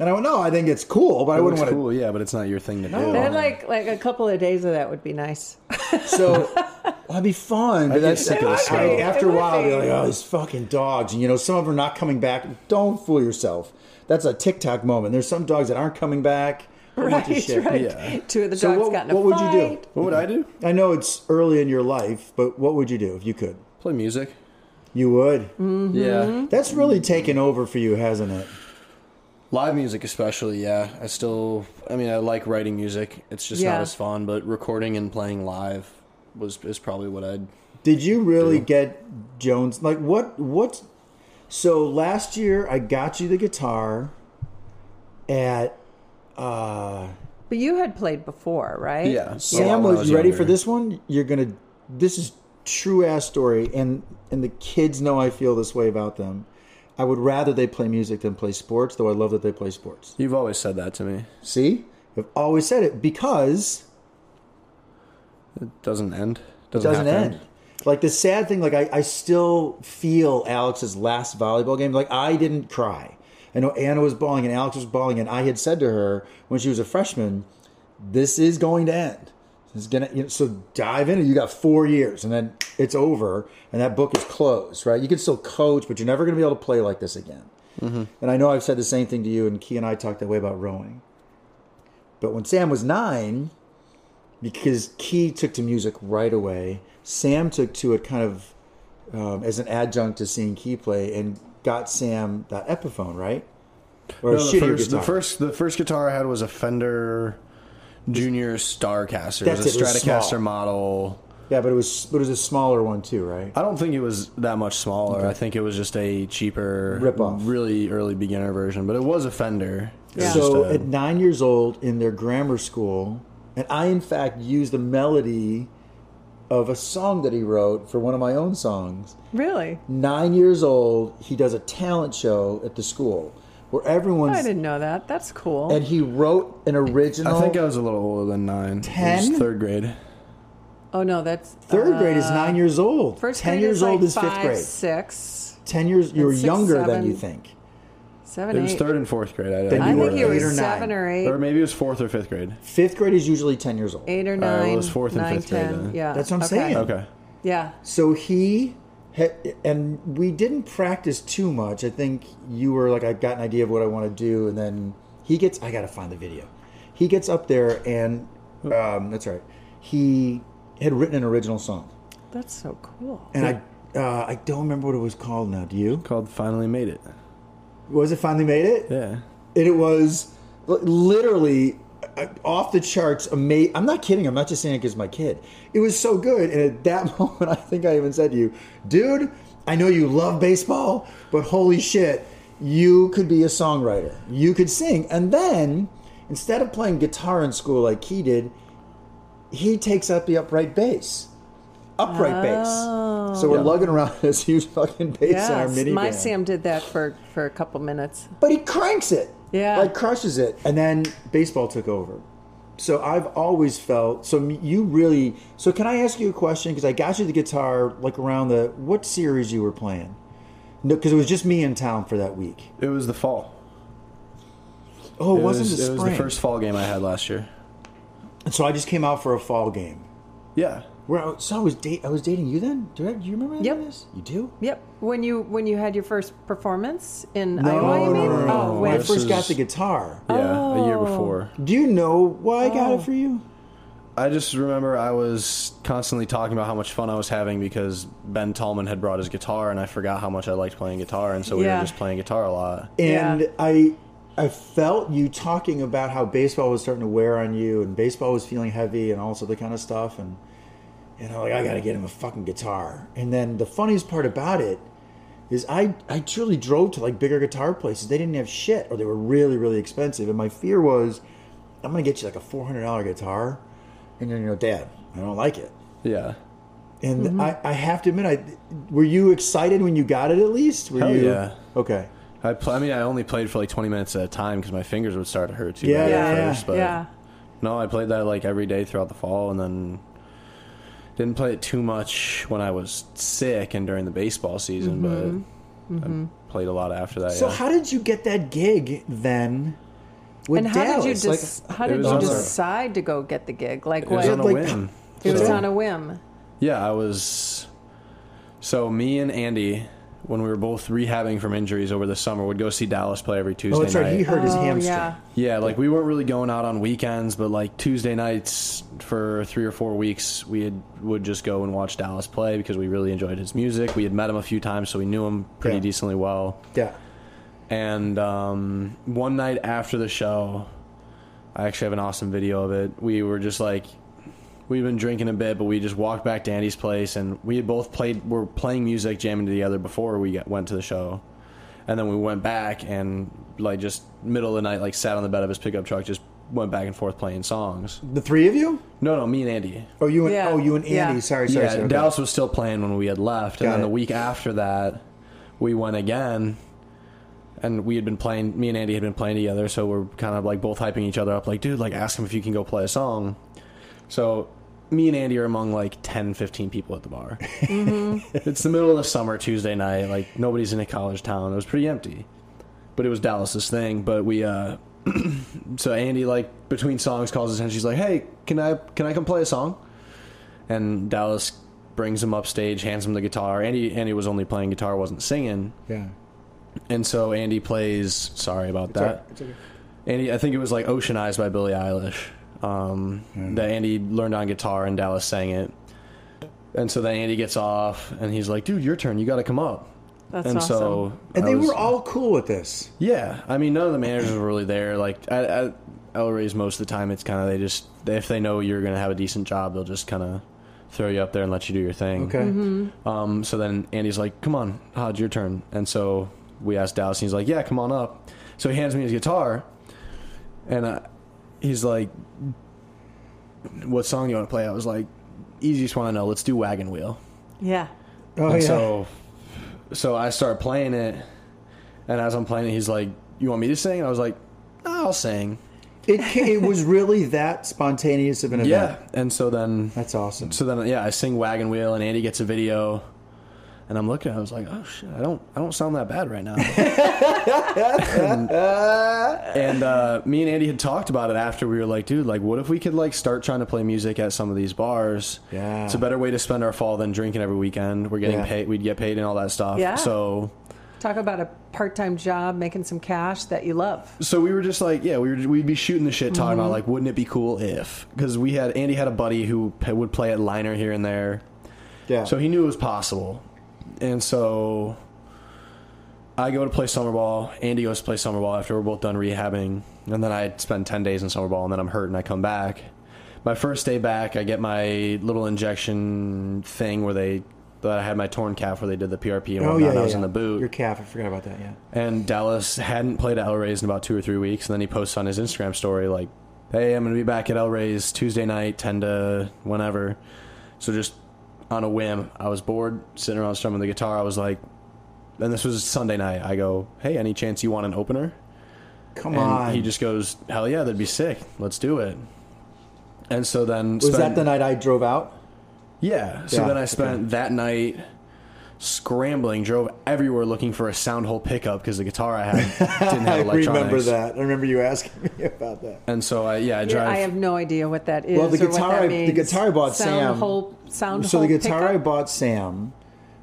D: And I went, No, I think it's cool, but I
C: It
D: wouldn't
C: looks
D: want to
C: cool, yeah, but it's not your thing to do.
B: They're like like a couple of days of that would be nice.
D: So that'd be fun. But that's
C: sick of this
D: I-
C: guy.
D: after
B: It
D: a
B: would
D: while, I'd be
B: be.
D: like, oh, these fucking dogs. And you know, some of them are not coming back. Don't fool yourself. That's a TikTok moment. There's some dogs that aren't coming back. Who gives a
B: Right,
D: shit?
B: right.
C: Yeah.
B: Two of the dogs
D: So what,
B: got in a
D: what would you do?
B: fight.
C: What would I do?
D: I know it's early in your life, but what would you do if you could?
C: Play music.
D: You would.
B: Mm.
C: Yeah.
D: That's really taken over for you, hasn't it?
C: Live music, especially, yeah. I still, I mean, I like writing music. It's just
B: Yeah.
C: not as fun, but recording and playing live was is probably what I'd.
D: Did you really get Jones? Like what? What? So last year I got you the guitar at uh,
B: But you had played before, right?
C: Yeah.
D: Sam
C: when I
D: was, you ready for
C: younger.
D: this one? You're gonna. This is true ass story, and and the kids know I feel this way about them. I would rather they play music than play sports, though I love that they play sports.
C: You've always said that to me.
D: See, I've always said it because
C: It doesn't end.
D: it
C: Doesn't,
D: doesn't
C: have to
D: end. Like the sad thing, like I, I still feel Alex's last volleyball game. Like I didn't cry. I know Anna was bawling and Alex was bawling, and I had said to her when she was a freshman, "This is going to end. It's gonna." You know, so dive in. You got four years, and then it's over, and that book is closed. Right? You can still coach, but you're never going to be able to play like this again. And I know I've said the same thing to you, and Key and I talked that way about rowing. But when Sam was nine, because Key took to music right away, Sam took to it kind of um, as an adjunct to seeing Key play and got Sam that Epiphone, right? Or a
C: No, the,
D: shittier
C: first, the
D: guitar.
C: first the first guitar I had was a Fender Junior Starcaster. It was
D: That's
C: a
D: it, it was small.
C: Stratocaster model.
D: yeah, but it was but it was a smaller one too, right?
C: I don't think it was that much smaller. I think it was just a cheaper,
D: Rip-off.
C: really early beginner version. But it was a Fender. It was
B: Yeah.
C: just
D: So
C: a-
D: at nine years old in their grammar school, and I in fact used the melody of a song that he wrote for one of my own songs.
B: Really?
D: Nine years old, he does a talent show at the school where everyone's
B: I didn't know that. That's cool.
D: and he wrote an original.
C: I think I was a little older than nine. It was
D: Oh. Ten?
C: third grade.
B: oh no, that's
D: third
B: uh,
D: grade is nine years old.
B: First
D: Ten
B: grade
D: years
B: is like
D: old is
B: five,
D: fifth grade.
B: Six,
D: Ten years, you're
B: six,
D: younger than
B: seven.
D: you think.
B: seven,
C: It was
B: eight.
C: third and fourth grade. I,
D: Then
C: I
B: I
D: you
C: know
D: were
B: think you were
D: eight or nine.
B: seven or
C: that.
B: eight,
C: Or maybe it was fourth or fifth grade.
D: Fifth grade is usually ten years old.
B: eight or
C: well, uh, it
B: nine.
C: was fourth and
B: nine,
C: fifth grade
B: 10.
C: then.
B: Yeah,
D: That's what I'm
B: okay.
D: saying.
C: Okay.
B: Yeah,
D: So he, had, and we didn't practice too much. I think you were like, I've got an idea of what I want to do, and then he gets. I gotta find the video. He gets up there, and um, that's all right. He had written an original song,
B: that's so cool.
D: and I. Uh, I don't remember what it was called now. Do you?
C: Called Finally Made It.
D: Was it finally made it?
C: Yeah.
D: and it was li- literally uh, off the charts amazing i'm not kidding i'm not just saying it because my kid it was so good and at that moment i think i even said to you dude i know you love baseball but holy shit you could be a songwriter you could sing and then instead of playing guitar in school like he did he takes up the upright bass upright bass. So we're lugging around this huge fucking bass in our
B: Oh. Yes,
D: minivan.
B: my Sam did that for for a couple minutes.
D: But he cranks it.
B: Yeah.
D: Like crushes it. And then baseball took over. So I've always felt so m- you really so can I ask you a question because I got you the guitar like around the what series you were playing? No, because it was just me in town for that week.
C: It was the fall.
D: Oh, it,
C: It
D: wasn't
C: was,
D: the
C: it
D: spring.
C: was the first fall game I had last year.
D: And so I just came out for a fall game.
C: Yeah.
D: Where I, so I was date I was dating you then. Do, I, do you remember
B: Yep.
D: this? You do?
B: Yep. When you when you had your first performance in Iowa, you mean? oh,
D: When I
B: wait.
C: This
D: first got
C: is-
D: the guitar.
C: Yeah, a
D: Oh.
C: year before.
D: Do you know why I got it for you?
C: I just remember I was constantly talking about how much fun I was having because Ben Tallman had brought his guitar and I forgot how much I liked playing guitar and so we
B: Yeah.
C: were just playing guitar a lot.
D: and
B: Yeah.
D: I I felt you talking about how baseball was starting to wear on you, and baseball was feeling heavy, and all this other kind of stuff, and and I'm like, I gotta get him a fucking guitar. And then the funniest part about it is I I truly drove to like bigger guitar places. They didn't have shit, or they were really really expensive. And my fear was, I'm gonna get you like a four hundred dollar guitar, and then you know, Dad, I don't like it.
C: Yeah.
D: And
C: Mm-hmm.
D: I, I have to admit, I were you excited when you got it at least? Were
C: Hell
D: you
C: yeah.
D: okay?
C: I, pl- I mean, I only played for like 20 minutes at a time because my fingers would start to hurt too
D: Yeah,
C: bad
D: yeah,
C: at
D: yeah.
C: first. But
B: yeah.
C: no, I played that like every day throughout the fall and then didn't play it too much when I was sick and during the baseball season,
D: Mm-hmm.
C: but I played a lot after that.
D: So
C: yeah.
D: how did you get that gig then? With
B: And how did you
D: Dallas? Like,
B: dis- how
C: it
B: did
C: was
B: you
C: on a-
B: decide to go get the gig? Like
C: it was
B: what?
C: on a
D: like-
C: whim.
B: it was
C: So-
B: on a whim.
C: Yeah, I was. So me and Andy, when we were both rehabbing from injuries over the summer, would go see Dallas play every Tuesday
D: oh, that's right.
C: night.
D: He hurt his
B: Oh,
D: hamstring.
B: yeah.
C: Yeah, like we weren't really going out on weekends, but like Tuesday nights for three or four weeks, we had, would just go and watch Dallas play because we really enjoyed his music. We had met him a few times, so we knew him pretty
D: Yeah.
C: decently well.
D: Yeah.
C: And um, one night after the show, I actually have an awesome video of it. We were just like, we've been drinking a bit, but we just walked back to Andy's place, and we had both played, were playing music, jamming together before we got, went to the show. And then we went back and, like, just middle of the night, like, sat on the bed of his pickup truck, just went back and forth playing songs.
D: The three of you?
C: No, no, me and Andy.
D: Oh, you and
B: Yeah.
D: oh, you and Andy.
B: Yeah.
D: Sorry, sorry,
C: yeah,
D: sorry. okay.
C: Dallas was still playing when we had left, and
D: Got
C: then
D: it.
C: the week after that, we went again, and we had been playing. Me and Andy had been playing together, so we're kind of like both hyping each other up, like, dude, like ask him if you can go play a song. So, me and Andy are among like 10, 15 people at the bar. it's the middle of the summer, Tuesday night, like nobody's in a college town. It was pretty empty, but it was Dallas's thing. But we. uh so Andy like between songs calls us and she's like, "Hey, can I can I come play a song?" And Dallas brings him upstage, hands him the guitar. Andy Andy was only playing guitar, wasn't singing,
D: Yeah.
C: and so Andy plays. Sorry about that.
D: Sorry, it's okay.
C: Andy, I think it was like Ocean Eyes by Billie Eilish um,
D: Hmm.
C: that Andy learned on guitar and Dallas sang it. And so then Andy gets off and he's like, "Dude, your turn. You got to come up."
B: That's
C: and
B: awesome.
C: so
D: And
C: I
D: they
C: was-
D: were all cool with this.
C: yeah, I mean, none of the managers were really there. Like at, at El Rey's, most of the time, it's kind of they just if they know you're going to have a decent job, they'll just kind of throw you up there and let you do your thing.
D: Okay.
B: Mm-hmm.
C: Um. So then Andy's like, "Come on, Hodge, your turn." And so we asked Dallas, and he's like, "Yeah, come on up." So he hands me his guitar, and uh, he's like, "What song you want to play?" I was like, "Easiest one I know. Let's do Wagon Wheel."
B: Yeah.
D: Oh
C: And
D: yeah.
C: so, so I start playing it, and as I'm playing it, he's like, "You want me to sing?" And I was like, "No, "I'll sing."
D: it ca- it was really that spontaneous of an event.
C: Yeah. And so then,
D: That's awesome.
C: so then, yeah, I sing "Wagon Wheel," and Andy gets a video, and I'm looking. I was like, "Oh shit, I don't, I don't sound that bad right now." and and, uh, me and Andy had talked about it after. We were like, "Dude, like, what if we could like start trying to play music at some of these bars?
D: Yeah.
C: it's a better way to spend our fall than drinking every weekend. We're getting
D: Yeah.
C: paid. We'd get paid and all that stuff.
B: Yeah.
C: So."
B: Talk about a part-time job making some cash that you love.
C: So we were just like, yeah, we were, we'd be shooting the shit, talking about like, wouldn't it be cool if? Because we had Andy had a buddy who p- would play at liner here and there,
D: yeah.
C: so he knew it was possible. And so I go to play summer ball. Andy goes to play summer ball after we're both done rehabbing, and then I spend ten days in summer ball, and then I'm hurt, and I come back. My first day back, I get my little injection thing where they that I had my torn calf where they did the PRP and
D: oh
C: whatnot.
D: yeah, yeah,
C: I was in
D: yeah.
C: the boot.
D: Your calf. I forgot about that. Yeah.
C: And Dallas hadn't played at El Rey's in about two or three weeks, and then he posts on his Instagram story like, "Hey, I'm gonna be back at El Rey's Tuesday night, ten to whenever." So just on a whim. I was bored, sitting around strumming the guitar. I was like, and this was Sunday night. I go, hey, any chance you want an opener?
D: Come
C: And
D: on.
C: he just goes, hell yeah, that'd be sick. Let's do it. And so then
D: was
C: spent-
D: that the night I drove out?
C: yeah. So
D: Yeah,
C: then I spent that night scrambling, drove everywhere looking for a sound hole pickup because the guitar I had didn't have
D: I
C: electronics.
D: remember that. I remember you asking me about that.
C: And so I yeah I
B: Yeah,
C: drive.
B: I have no idea what that is.
D: Well, the
B: or what
D: guitar
B: that
D: I- the
B: means.
D: guitar I bought
B: sound
D: Sam-
B: Hole, sound
D: so the
B: hole
D: guitar I
B: pickup?
D: bought Sam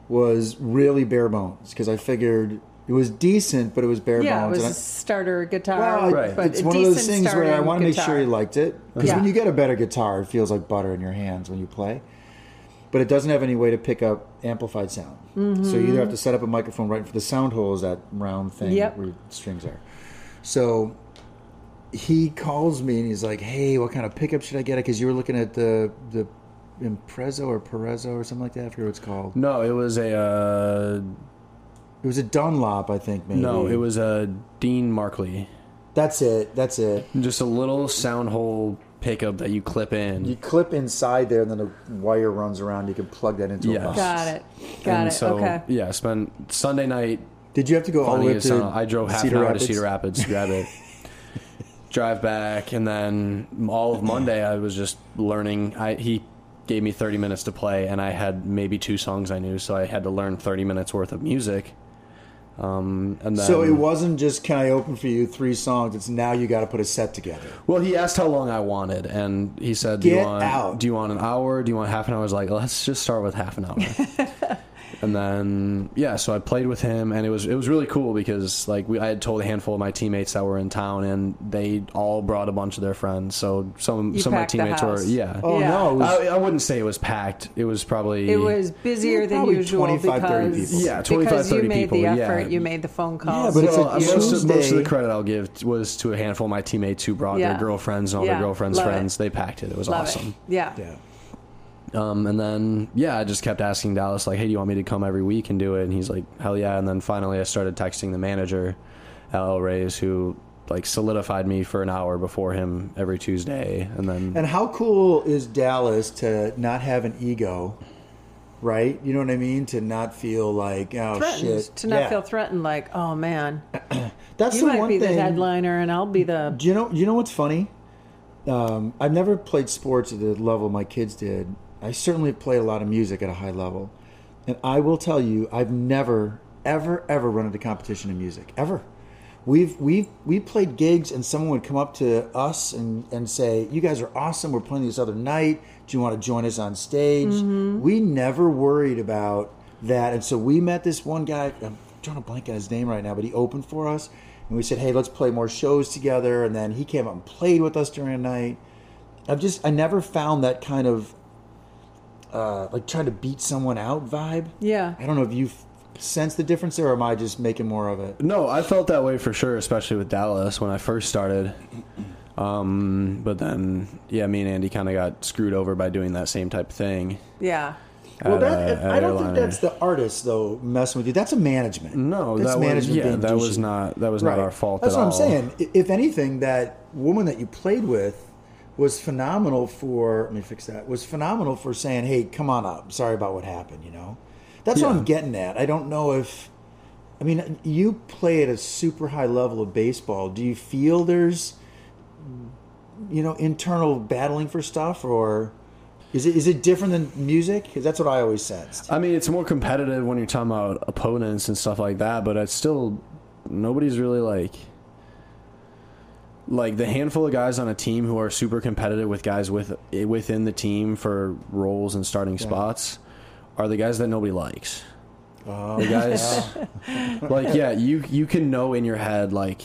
D: was really bare bones because I figured it was decent, but it was bare
B: Yeah, it
D: bones.
B: was
D: and I-
B: a starter guitar.
D: well,
C: Right.
B: but
D: it's
B: a
D: one of those
B: decent
D: things where I
B: starting
D: want to make sure
B: guitar.
D: you liked it because
B: Yeah.
D: when you get a better guitar, it feels like butter in your hands when you play. But it doesn't have any way to pick up amplified sound, so
B: Mm-hmm.
D: you either have to set up a microphone right for the sound hole is that round thing
B: Yep.
D: where your strings are. So he calls me and he's like, "Hey, what kind of pickup should I get?" Because you were looking at the the Imprezzo or Perezzo or something like that. I forget what it's called.
C: no, it was a uh,
D: It was a Dunlop, I think. Maybe
C: no, it was a Dean Markley,
D: That's it. That's it.
C: just a little sound hole pickup that you clip in.
D: You clip inside there, and then the wire runs around. You can plug that into
C: Yes.
D: a box.
B: Got it. Got
C: and
B: it.
C: so
B: okay.
C: yeah, spent Sunday night
D: Did you have to go all the
C: funny
D: way up
C: as
D: to?
C: hell. I drove half
D: Cedar
C: an hour
D: Rapids?
C: to Cedar Rapids to grab it. Drive back, and then all of Monday I was just learning. I he gave me 30 minutes to play, and I had maybe two songs I knew, so I had to learn 30 minutes worth of music. Um, and then
D: So it wasn't just can I open for you three songs. It's now you got to put a set together.
C: Well, he asked how long I wanted, and he said, do you
D: Get
C: want,
D: out.
C: Do you want an hour? Do you want half an hour?" I was like, "Let's just start with half an hour." and then yeah, so I played with him, and it was it was really cool because like we, I had told a handful of my teammates that were in town, and they all brought a bunch of their friends. So some
B: You
C: some of my
B: packed the
C: teammates were
B: house.
C: yeah. Uh,
D: Oh
B: Yeah.
D: no! It was,
C: I, I wouldn't say it was packed. It was probably
B: It was busier
D: Yeah,
B: than
D: probably
B: usual
D: 25, 30
B: because
D: people.
C: Yeah, 25,
B: because you
C: 30
B: made the
C: people, yeah.
B: effort, you made the phone calls.
D: but it's
C: Well,
D: a
C: Uh, most, of- most of,
D: Tuesday.
C: the credit I'll give was to a handful of my teammates who brought
B: Yeah.
C: their girlfriends and all
B: Yeah.
C: their girlfriends'
B: Love it.
C: friends. They packed it. It was
B: Love
C: awesome.
B: It. Yeah.
D: yeah.
C: Um, and then yeah, I just kept asking Dallas like, "Hey, do you want me to come every week and do it?" And he's like, "Hell yeah!" And then finally, I started texting the manager, L. Reyes, who like solidified me for an hour before him every Tuesday, and then
D: And how cool is Dallas to not have an ego, right? You know what I mean? To not feel like oh
B: Threatened
D: shit.
B: to not
D: Yeah.
B: feel threatened, like, oh man,
D: That's
B: you
D: the
B: might
D: one
B: be
D: thing.
B: the headliner and I'll be the.
D: Do you know? You know what's funny? Um, I've never played sports at the level my kids did. I certainly play a lot of music at a high level, and I will tell you, I've never, ever, ever run into competition in music ever. We've we've we played gigs, and someone would come up to us and and say, "You guys are awesome. We're playing this other night. Do you want to join us on stage?" We never worried about that, and so we met this one guy. I'm drawing a blank on his name right now, but he opened for us. And we said, hey, let's play more shows together. And then he came up and played with us during the night. I've just, I never found that kind of uh, like trying to beat someone out vibe.
B: Yeah.
D: I don't know if you f- sense the difference there or am I just making more of it?
C: no, I felt that way for sure, especially with Dallas when I first started. Um, but then yeah, me and Andy kind of got screwed over by doing that same type of thing.
B: Yeah.
D: Well,
C: at,
D: that,
C: uh,
D: I don't
C: Airliner.
D: think that's the artist though messing with you. That's a management.
C: no.
D: that's
C: that was, yeah,
D: being
C: that was
D: douchey.
C: not that was
D: Right.
C: not our fault.
D: That's
C: at
D: what
C: all.
D: I'm saying. I- If anything, that woman that you played with was phenomenal for. Let me fix that. Was phenomenal for saying, "Hey, come on up. Sorry about what happened." You know, that's what
C: Yeah.
D: I'm getting at. I don't know if. I mean, you play at a super high level of baseball. Do you feel there's, you know, internal battling for stuff, or is it is it different than music? Because that's what I always sensed.
C: I mean, it's more competitive when you're talking about opponents and stuff like that, but it's still nobody's really like like the handful of guys on a team who are super competitive with guys with within the team for roles and starting spots are the guys that nobody likes.
D: Oh,
C: The guys like yeah, you you can know in your head like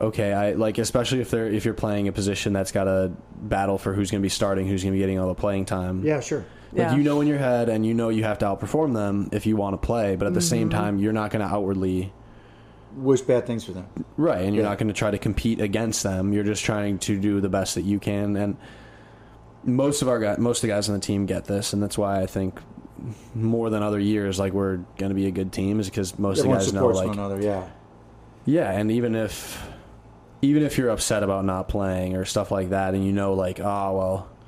C: okay, I like especially if they're if you're playing a position that's got a battle for who's going to be starting, who's going to be getting all the playing time.
D: yeah, sure.
C: Like
B: Yeah.
C: you know in your head, and you know you have to outperform them if you want to play. But at the same time, you're not going to outwardly
D: Wish bad things for them.
C: right, and you're
D: Yeah.
C: not going to try to compete against them. You're just trying to do the best that you can. And most of our guys, most of the guys on the team get this, and that's why I think more than other years, like we're going to be a good team, is because most of the
D: Everyone
C: guys know
D: supports
C: like
D: one another. Yeah.
C: yeah, and even if even if you're upset about not playing or stuff like that and you know like, oh well "Ah,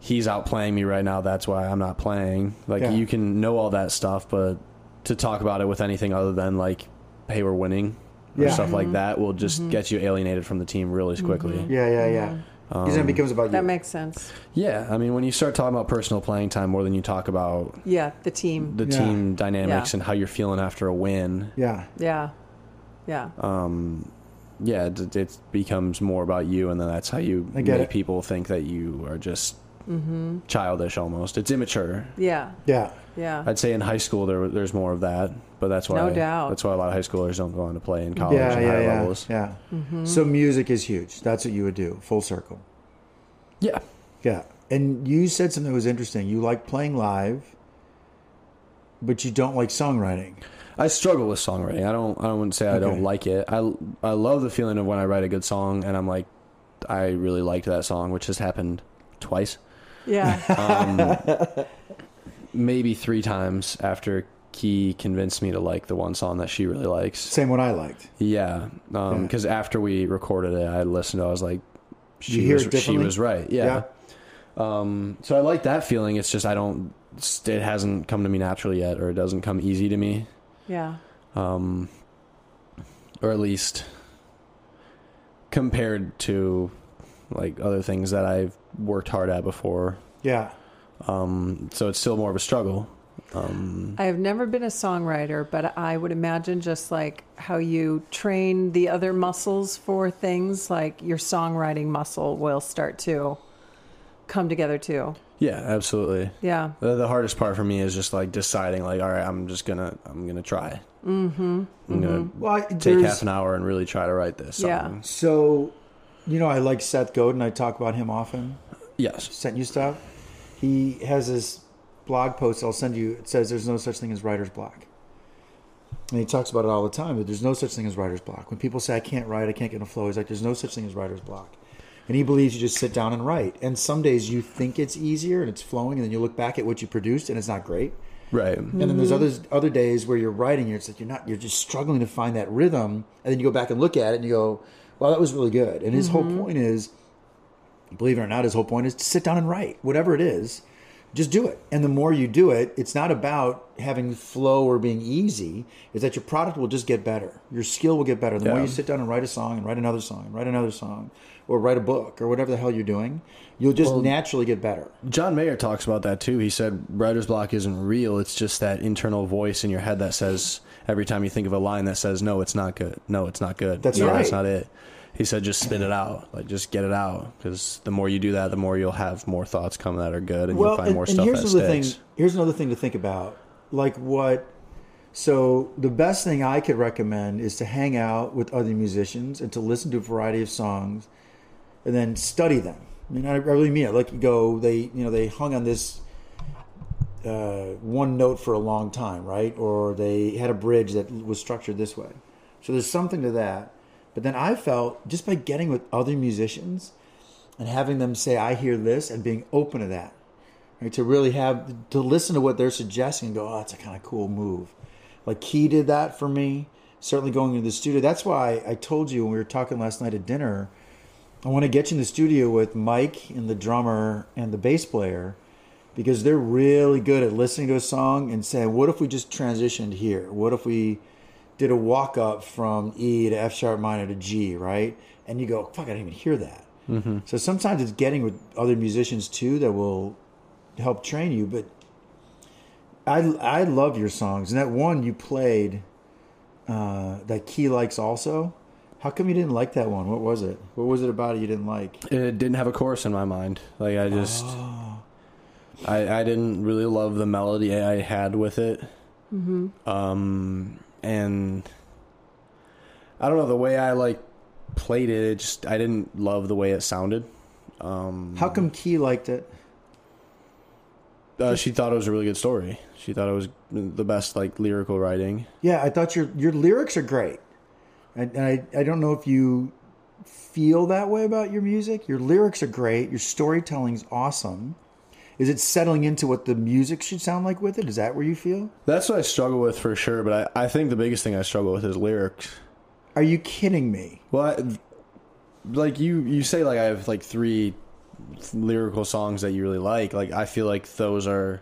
C: he's outplaying me right now. That's why I'm not playing. Like
D: Yeah.
C: you can know all that stuff, but to talk about it with anything other than like, hey, we're winning or
D: Yeah.
C: stuff like that will just get you alienated from the team really quickly.
D: Yeah, yeah, yeah. Because
C: Um,
D: then it becomes about
B: That
D: you.
B: makes sense.
C: Yeah, I mean, when you start talking about personal playing time more than you talk about
B: Yeah, the team.
C: the
D: Yeah.
C: team dynamics
B: Yeah.
C: and how you're feeling after a win,
D: yeah.
B: yeah, yeah.
D: Uh,
C: yeah, it, it becomes more about you, and then that's how you
D: I
C: make
D: get it.
C: people think that you are just
B: Mm-hmm.
C: childish almost. It's immature.
B: yeah,
D: Yeah.
B: yeah.
C: I'd say in high school there there's more of that, but that's why
B: No doubt.
C: that's why a lot of high schoolers don't go on to play in college
D: Yeah,
C: and
D: yeah,
C: Oh, higher
D: yeah.
C: levels.
D: yeah.
B: Mm-hmm.
D: So music is huge. That's what you would do, full circle.
C: Yeah.
D: Yeah. And you said something that was interesting. You like playing live, but you don't like songwriting.
C: I struggle with songwriting. I don't. I don't want to say I
D: Okay.
C: don't like it. I I love the feeling of when I write a good song and I'm like, I really liked that song, which has happened twice,
D: Uh,
B: Yeah.
C: maybe three times after Key convinced me to like the one song that she really likes.
D: Same one I liked.
C: Yeah,
D: Yeah.
C: because after we recorded it, I listened. to it, I was like, she
D: hear
C: was
D: it
C: she
D: differently?
C: was right. yeah. So I like that feeling. It's just I don't. It hasn't come to me naturally yet, or it doesn't come easy to me,
B: yeah.
C: or at least compared to like other things that I've worked hard at before. um,
D: Yeah.
C: So it's still more of a struggle.
B: I have never been a songwriter, but I would imagine just like how you train the other muscles for things, like your songwriting muscle will start to come together too.
C: Yeah, absolutely.
B: Yeah.
C: The, the hardest part for me is just like deciding, like, all right, I'm just gonna, I'm gonna try. Mm-hmm. I'm gonna
D: Well, I,
C: take
D: mm-hmm. there's-
C: half an hour and really try to write this. Song.
B: Yeah.
D: So, you know, I like Seth Godin. I talk about him often.
C: Yes.
D: Sent you stuff. He has this blog post I'll send you. It says there's no such thing as writer's block. And he talks about it all the time, but there's no such thing as writer's block. When people say, I can't write, I can't get in a flow, he's like, there's no such thing as writer's block. And he believes you just sit down and write. And some days you think it's easier and it's flowing, and then you look back at what you produced and it's not great.
C: Right.
D: And then there's others other days where you're writing, you're it's like you're not you're just struggling to find that rhythm, and then you go back and look at it and you go, "Wow, that was really good." And his whole point is, believe it or not, his whole point is to sit down and write whatever it is, just do it. And the more you do it, it's not about having flow or being easy. Is that your product will just get better, your skill will get better. The more
C: Yeah.
D: you sit down and write a song and write another song and write another song, or write a book or whatever the hell you're doing, you'll just naturally get better.
C: John Mayer talks about that too. He said writer's block isn't real. It's just that internal voice in your head that says every time you think of a line that says no, it's not good. No, it's not good.
D: That's
C: no,
D: right.
C: That's not it. He said just spit it out. Like just get it out because the more you do that, the more you'll have more thoughts come that are good, and you'll find more stuff that
D: another
C: sticks.
D: Thing, here's another thing to think about. Like what? So the best thing I could recommend is to hang out with other musicians and to listen to a variety of songs, and then study them. I mean, I I really mean it. Like you go, they you know they hung on this uh, one note for a long time, right? Or they had a bridge that was structured this way. So there's something to that. But then I felt just by getting with other musicians and having them say, "I hear this," and being open to that right? To really have to listen to what they're suggesting and go, oh, that's a kind of cool move. Like Key did that for me. Certainly going into the studio. That's why I told you when we were talking last night at dinner, I want to get you in the studio with Mike and the drummer and the bass player because they're really good at listening to a song and saying, what if we just transitioned here? What if we did a walk up from E to F sharp minor to G, right? And you go, fuck, I didn't even hear that. So sometimes it's getting with other musicians too that will help train you. But I I love your songs, and that one you played uh, that Key likes also. How come you didn't like that one? What was it? What was it about it you didn't like?
C: it didn't have a chorus in my mind. Like I just, I I didn't really love the melody I had with it. Mm-hmm. Um, and I don't know the way I like played it. it Just I didn't love the way it sounded.
D: How come Key liked it?
C: Uh, she thought it was a really good story. She thought it was the best like lyrical writing.
D: Yeah, I thought your your lyrics are great, and, and I I don't know if you feel that way about your music. Your lyrics are great. Your storytelling's awesome. Is it settling into what the music should sound like with it? Is that where you feel?
C: That's what I struggle with for sure. But I I think the biggest thing I struggle with is lyrics.
D: Are you kidding me?
C: Well, I, like you, you say like I have like three lyrical songs that you really like. Like I feel like those are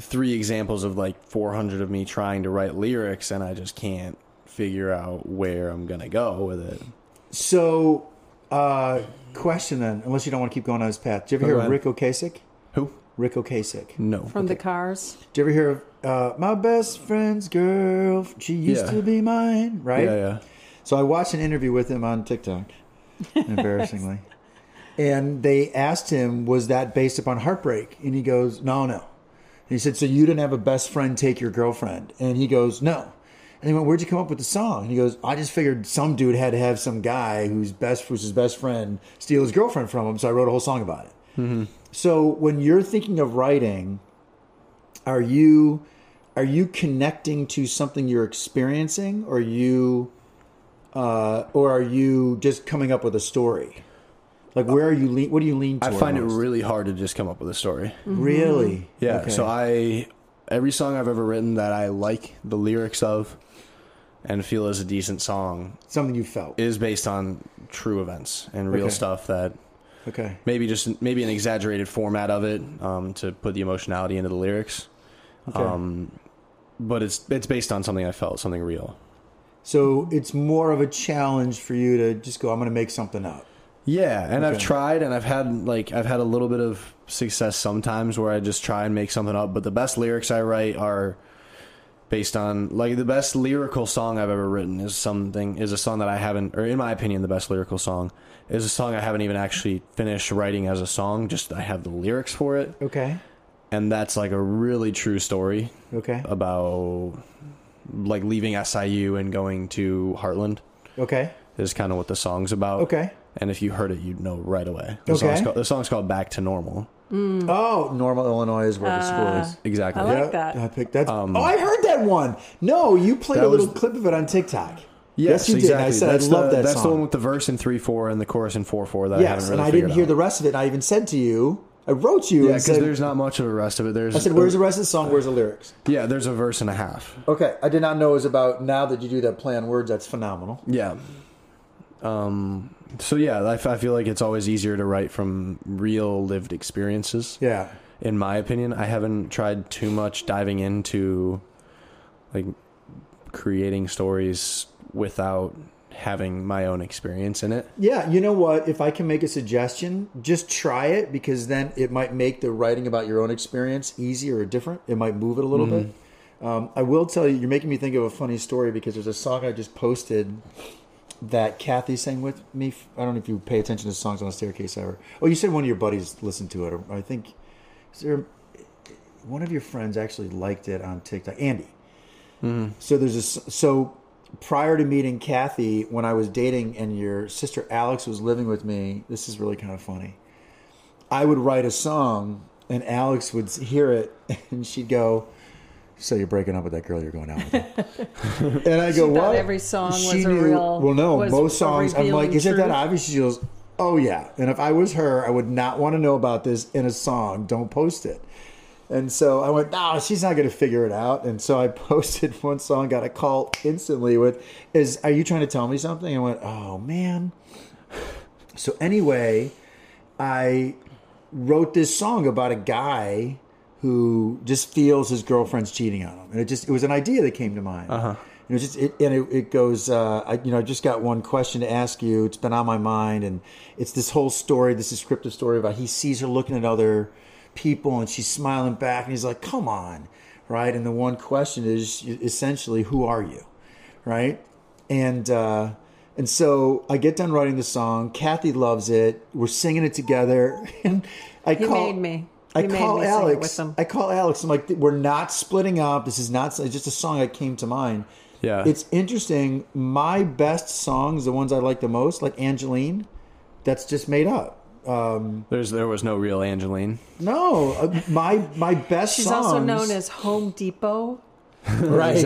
C: three examples of like 400 of me trying to write lyrics and I just can't figure out where I'm going to go with it.
D: So, uh, question then, unless you don't want to keep going on this path. Did you ever hear
C: Go
D: of
C: ahead.
D: Rick Ocasek?
C: Who?
D: Rick Ocasek.
C: No.
B: From the cars.
D: Did you ever hear of uh, my best friend's girl? She used
C: Yeah.
D: to be mine, right?
C: Yeah, yeah.
D: So I watched an interview with him on TikTok, embarrassingly. And they asked him, was that based upon heartbreak? And he goes, no, no. And he said, so you didn't have a best friend take your girlfriend? And he goes, no. And he went, where'd you come up with the song? And he goes, I just figured some dude had to have some guy who's best, who's his best friend, steal his girlfriend from him. So I wrote a whole song about it.
C: Mm-hmm.
D: So when you're thinking of writing, are you are you connecting to something you're experiencing or you uh, or are you just coming up with a story like where are you lean what do you lean
C: I Mm.
D: toward
C: find it
D: most?
C: really hard to just come up with a story.
D: really
C: Yeah.
D: Okay.
C: So I every song I've ever written that I like the lyrics of and feel is a decent song
D: something you felt
C: is based on true events and real
D: Okay.
C: stuff that
D: okay
C: maybe just maybe an exaggerated format of it um, to put the emotionality into the lyrics.
D: okay
C: Um, but it's it's based on something I felt, something real.
D: so it's more of a challenge for you to just go i'm gonna make something up
C: Yeah, and I've
D: Okay.
C: tried, and I've had like I've had a little bit of success sometimes where I just try and make something up. But the best lyrics I write are based on like the best lyrical song I've ever written is something is a song that I haven't, or in my opinion, the best lyrical song is a song I haven't even actually finished writing as a song. Just I have the lyrics for it,
D: okay
C: and that's like a really true story
D: okay
C: about like leaving SIU and going to Heartland
D: okay
C: is kind of what the song's about.
D: okay
C: And if you heard it, you'd know right away. The,
D: Okay.
C: song's, called, the song's called Back to Normal.
D: oh normal illinois is where the school is
C: Exactly.
B: Mm. Uh, I like that.
D: I picked that. oh, I heard that one. No, you played
C: that
D: a little
C: was-
D: clip of it on TikTok.
C: Yes,
D: you
C: exactly.
D: did. I
C: that's
D: said I love
C: the,
D: that song.
C: That's the one with the verse in 3 4 and the chorus in 4 4 that I
D: yes,
C: haven't really
D: and I didn't
C: figured
D: hear
C: out.
D: the rest of it. I even said to you, I wrote you
C: Yeah,
D: and
C: because
D: said,
C: there's not much of the rest of it. There's uh,
D: I said, "Where's the rest of the song? Where's the lyrics?"
C: Yeah, there's a verse and a half.
D: Okay, I did not know it was about. Now that you do that play on words, that's phenomenal.
C: Yeah. Um. So yeah, I, f- I feel like it's always easier to write from real lived experiences.
D: Yeah,
C: in my opinion i haven't tried too much diving into like creating stories without having my own experience in it
D: yeah. You know what? If I can make a suggestion, just try it because then it might make the writing about your own experience easier or different. It might move it a little bit. Um, I will tell you, you're making me think of a funny story because there's a song I just posted that Kathy sang with me. I don't know if you pay attention to songs on the staircase ever. Oh, you said one of your buddies listened to it. Or I think is there one of your friends actually liked it on TikTok? Andy. So there's a s- so prior to meeting Kathy, when I was dating and your sister Alex was living with me, this is really kind of funny. I would write a song and Alex would s- hear it and she'd go, "So you're breaking up with that girl you're going out with?" and I go,
B: She thought
D: "What?"
B: every song
D: She
B: was a real-
D: Well, no,
B: was
D: most
B: a
D: songs. I'm like,
B: revealing
D: "Isn't that
B: truth."
D: obvious?" She goes, "Oh yeah." And if I was her, I would not want to know about this in a song. Don't post it. And so I went, no, she's not going to figure it out. And so I posted one song, got a call instantly with, "Is are you trying to tell me something?" I went, oh man. So anyway, I wrote this song about a guy who just feels his girlfriend's cheating on him, and it just it was an idea that came to mind. Uh-huh. It was just it, and it, it goes. Uh, I, you know, I just got one question to ask you. It's been on my mind, and it's this whole story, this descriptive story about he sees her looking at other people, and she's smiling back, and he's like, "Come on." Right, and the one question is essentially, "Who are you?" right? And uh, and so I get done writing the song. Kathy loves it. We're singing it together, and I
B: You
D: call
B: made me.
D: I
B: You made
D: call
B: me sing it
D: Alex.
B: with them.
D: I call Alex. I'm like, we're not splitting up. This is not it's just a song that came to mind.
C: Yeah.
D: it's interesting. My best songs, the ones I like the most, like Angeline, that's just made up.
C: there's there was no real angeline
D: No, uh, my my best
B: She's
D: songs.
B: also known as Home Depot,
D: right.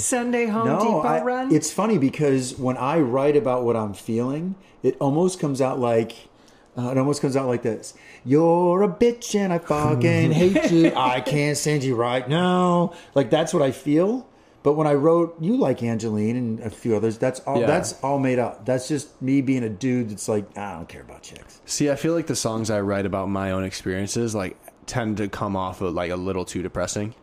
B: Sunday Home
D: No,
B: Depot
D: I-
B: Run.
D: it's funny because when I write about what I'm feeling, it almost comes out like uh, it almost comes out like this: "You're a bitch and I fucking hate you. I can't stand you right now." Like that's what I feel, but But when I wrote "You Like Angeline" and a few others, that's all.
C: Yeah.
D: That's all made up. That's just me being a dude. That's like "Ah, I don't care about chicks.
C: See, I feel like the songs I write about my own experiences like tend to come off of like a little too depressing.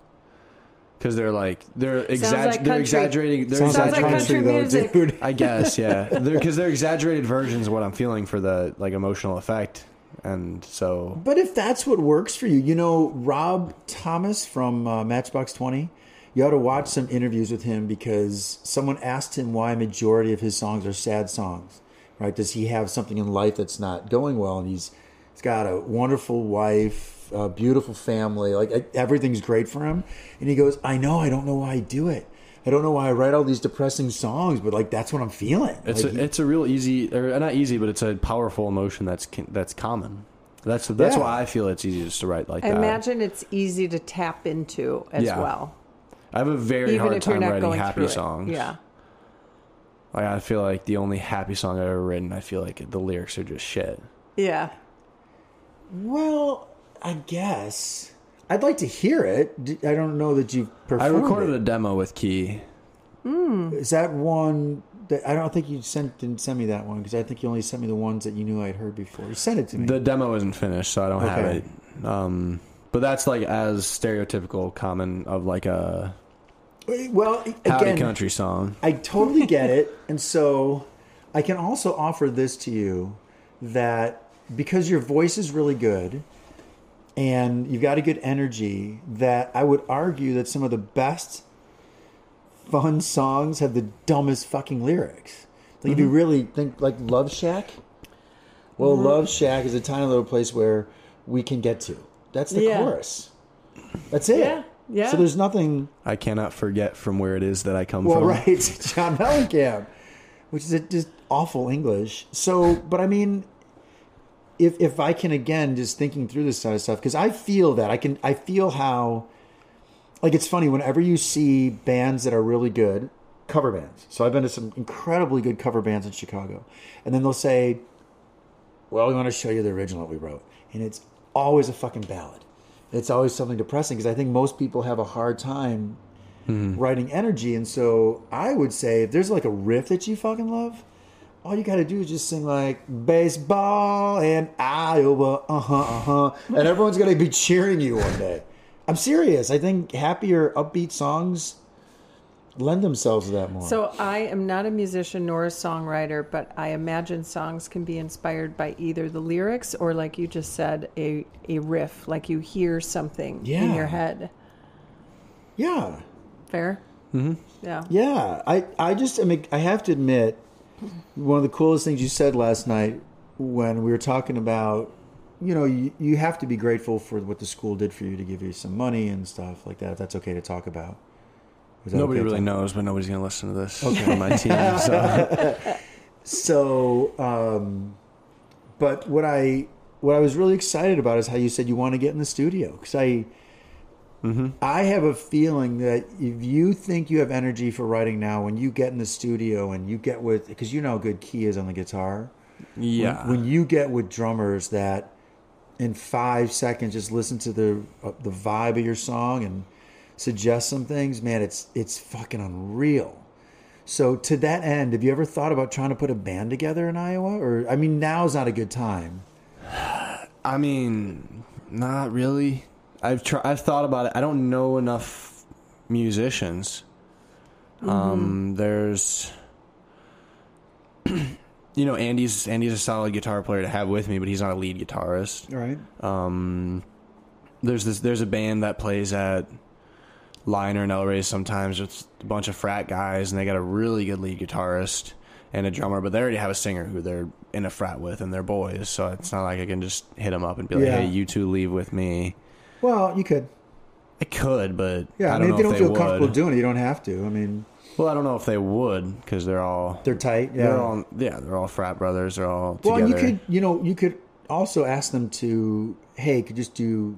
C: Cuz they're like they're
B: like
C: exa- they're
B: country.
C: exaggerating they're
D: Sounds like
C: exaggerating
B: country music.
D: dude.
C: I guess, yeah. They're cuz they're exaggerated versions of what I'm feeling for the like emotional effect. And so
D: But if that's what works for you, you know, Rob Thomas from uh, Matchbox 20, you ought to watch some interviews with him because someone asked him why a majority of his songs are sad songs, right? Does he have something in life that's not going well? And he's, he's got a wonderful wife, a beautiful family, like e- everything's great for him. And he goes, I know, I don't know why I do it. I don't know why I write all these depressing songs, but like that's what I'm feeling.
C: it's
D: Like,
C: a, it's a real easy or not easy, but it's a powerful emotion that's con- that's common. That's that's
D: Yeah.
C: why I feel it's easy just to write like
B: I
C: that.
B: imagine it's easy to tap into as
C: Yeah.
B: well,
C: I have a very
B: even
C: hard
B: if you're
C: time
B: not
C: writing
B: going through
C: happy
B: it.
C: songs.
B: Yeah,
C: Like I feel like the only happy song I've ever written, I feel like the lyrics are just shit.
B: yeah.
D: Well, I guess I'd like to hear it. D- I don't know that you've performed.
C: I recorded a
D: it.
C: demo with Key.
D: Is that one that I don't think you sent didn't send me that one because I think you only sent me the ones that you knew I'd heard before. You sent it to me.
C: The demo isn't finished, so I don't have
D: Okay.
C: it. Um, but that's like as stereotypical common of like a
D: well,
C: howdy
D: again,
C: country song.
D: I totally get it. And so I can also offer this to you that because your voice is really good and you've got a good energy, that I would argue that some of the best fun songs have the dumbest fucking lyrics. Like
B: Mm-hmm.
D: if you really think like Love Shack. Well, Love Shack is a tiny little place where we can get to. That's the
B: Yeah.
D: chorus. That's it.
B: Yeah, yeah.
D: So there's nothing
C: I cannot forget from where it is that I come
D: well,
C: from.
D: right, John Mellencamp, which is a, just awful English. So, but I mean, if if I can again just thinking through this kind of stuff because I feel that I can I feel how like it's funny whenever you see bands that are really good cover bands. So I've been to some incredibly good cover bands in Chicago, and then they'll say, "Well, we want to show you the original that we wrote," and it's always a fucking ballad. It's always something depressing because I think most people have a hard time writing energy. And so I would say if there's like a riff that you fucking love, all you got to do is just sing like baseball and Iowa, uh huh, uh huh. And everyone's going to be cheering you one day. I'm serious. I think happier, upbeat songs lend themselves to that more.
B: So I am not a musician nor a songwriter, but I imagine songs can be inspired by either the lyrics or, like you just said, a, a riff. Like you hear something in
D: Yeah.
B: your head.
D: yeah.
B: Fair. Mm-hmm. Yeah.
D: Yeah, I, I just I, mean, I have to admit one of the coolest things you said last night when we were talking about you know you, you have to be grateful for what the school did for you to give you some money and stuff like that. That's okay to talk about. Is that
C: Nobody
D: okay to
C: really
D: talk-
C: knows, but nobody's gonna listen to this on my team. So.
D: So, um, but what I what I was really excited about is how you said you want to get in the studio because I. I have a feeling that if you think you have energy for writing now, when you get in the studio and you get with, because you know how good Key is on the guitar,
C: Yeah.
D: when you get with drummers that in five seconds just listen to the uh, the vibe of your song and suggest some things, man, it's it's fucking unreal. So to that end, have you ever thought about trying to put a band together in Iowa? Or I mean, now's not a good time.
C: I mean, not really. I've tr- I've thought about it. I don't know enough musicians. Um, there's, you know, Andy's Andy's a solid guitar player to have with me, but he's not a lead guitarist.
D: Right.
C: Um, there's this there's a band that plays at Liner and El Rey sometimes with a bunch of frat guys, and they got a really good lead guitarist and a drummer, but they already have a singer who they're in a frat with, and they're boys, so it's not like I can just hit them up and be like,
D: Yeah.
C: "Hey, you two leave with me."
D: Well, you could.
C: I could, but
D: Yeah, I,
C: I don't
D: mean,
C: know
D: if they
C: if
D: don't
C: they
D: feel
C: would.
D: comfortable doing it, you don't have to. I mean,
C: well, I don't know if they would because they're all
D: they're tight. Yeah.
C: they're all yeah they're all frat brothers. They're all
D: well,
C: together.
D: you could, you know, you could also ask them to, hey, could you just do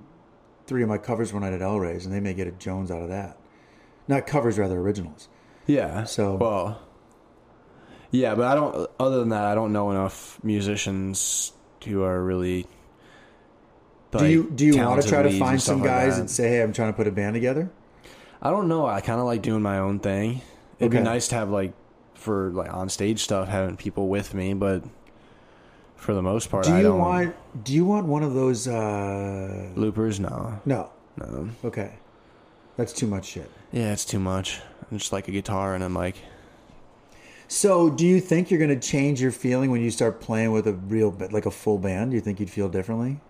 D: three of my covers one night at El Rey's, and they may get a Jones out of that. Not covers, rather originals.
C: Yeah.
D: So-
C: well, yeah, but I don't. Other than that, I don't know enough musicians who are really.
D: do you do you want
C: talented
D: to try to
C: leads
D: find
C: stuff
D: some
C: like
D: guys
C: that.
D: and say, hey, I'm trying to put a band together?
C: I don't know. I kind of like doing my own thing. It'd be
D: Okay.
C: nice to have like for like on stage stuff having people with me, but for the most part,
D: Do
C: I
D: you
C: don't
D: want? Do you want one of those? Uh,
C: loopers. No,
D: no.
C: no.
D: Okay. That's too much shit.
C: Yeah, it's too much. I'm just like a guitar and a mic.
D: So, do you think you're going to change your feeling when you start playing with a real, ba- like a full band? Do you think you'd feel differently,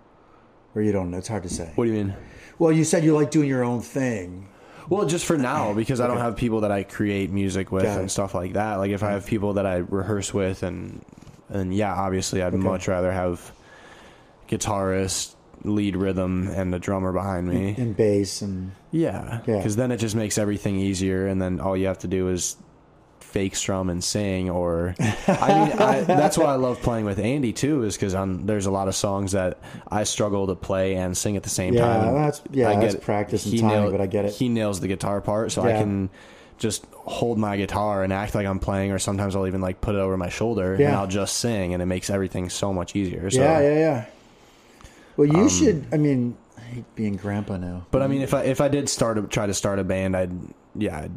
D: or you don't know? It's hard to say.
C: What do you mean?
D: Well, you said you like doing your own thing.
C: Well, just for now, because I don't have people that I create music with
D: Got it.
C: and stuff like that. Like if I have people that I rehearse with, and and yeah, obviously, I'd much rather have guitarist, lead rhythm, and a drummer behind me.
D: and bass and
C: Yeah,
D: Yeah.
C: because then it just makes everything easier, and then all you have to do is fake strum and sing. Or I mean, I, that's why I love playing with Andy too, is because there's a lot of songs that I struggle to play and sing at the same
D: Yeah,
C: time.
D: that's- yeah, that's practice and timing,
C: nail-
D: but I get it.
C: He nails the guitar part, so I
D: Yeah.
C: can just hold my guitar and act like I'm playing, or sometimes I'll even like put it over my shoulder and
D: Yeah.
C: I'll just sing, and it makes everything so much easier. So. um,
D: yeah, yeah, yeah. Well, you should. I mean, I hate being grandpa now.
C: But I mean, if I if I did start a, try to start a band, I'd yeah, I'd,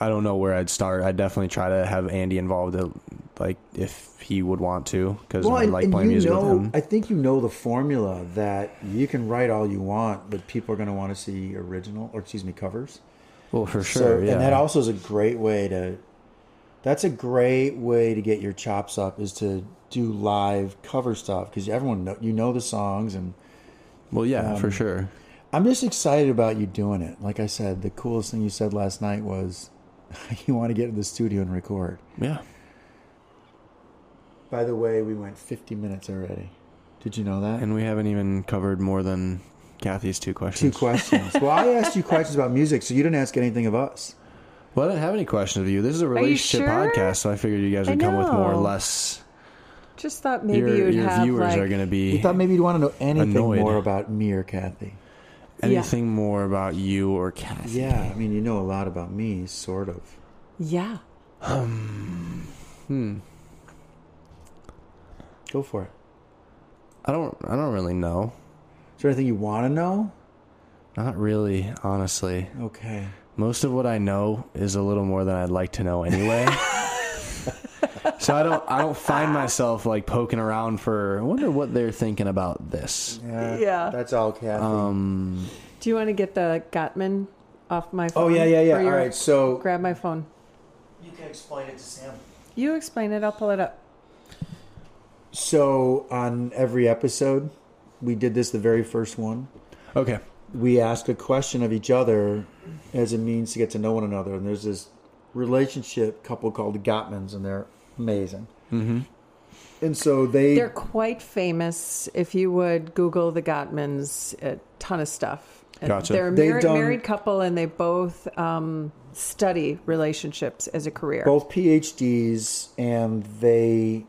C: I don't know where I'd start. I'd definitely try to have Andy involved, uh, like if he would want to, because
D: Well,
C: I
D: and,
C: like
D: and
C: playing
D: you
C: music with
D: know,
C: him.
D: I think you know the formula that you can write all you want, but people are going to want to see original or excuse me covers.
C: well, for
D: So-
C: sure, yeah.
D: and that also is a great way to. That's a great way to get your chops up is to do live cover stuff because everyone know, you know the songs and
C: well, yeah,
D: um,
C: for sure.
D: I'm just excited about you doing it. Like I said, the coolest thing you said last night was you want to get in the studio and record.
C: Yeah,
D: By the way, we went 50 minutes already. Did you know that?
C: and we haven't even covered more than Kathy's two
D: Two
C: questions.
D: questions. well, I asked you questions about music, so you didn't ask anything of us.
C: well, I didn't have any questions of you. This is a
B: you
C: relationship
B: sure?
C: podcast, so I figured you guys
B: I
C: would come with more or
B: know.
C: less.
B: Just thought maybe
C: your
B: you'd
C: your
B: have
C: viewers
B: like.
C: are going to
D: You
C: be
D: thought maybe you'd want to know anything
C: Annoyed.
D: more about me or Kathy.
C: anything more about you or Kathy.
D: Yeah, I mean, you know a lot about me, sort of.
B: yeah.
D: Go for it.
C: I don't. I don't really know.
D: Is there anything you want to know?
C: Not really, honestly.
D: Okay.
C: Most of what I know is a little more than I'd like to know anyway. so I don't I don't find myself like poking around for I wonder what they're thinking about this.
B: Yeah.
D: That's all, Kathy.
C: Um,
B: Do you want to get the Gottman off my phone?
D: oh, yeah, yeah, yeah.
B: Or
D: All
B: your-
D: right, so
B: Grab my phone.
A: You can explain it to Sam.
B: You explain it. I'll pull it up.
D: So on every episode, we did this the very first one.
C: Okay.
D: We ask a question of each other as a means to get to know one another. And there's this relationship couple called the Gottmans, and they're amazing. Mm-hmm. And so they
B: They're quite famous. If you would Google the Gottmans, a ton of stuff. And
C: Gotcha.
B: They're a
D: They've
B: married,
D: done-
B: married couple, and they both um, study relationships as a career.
D: both PhDs, and they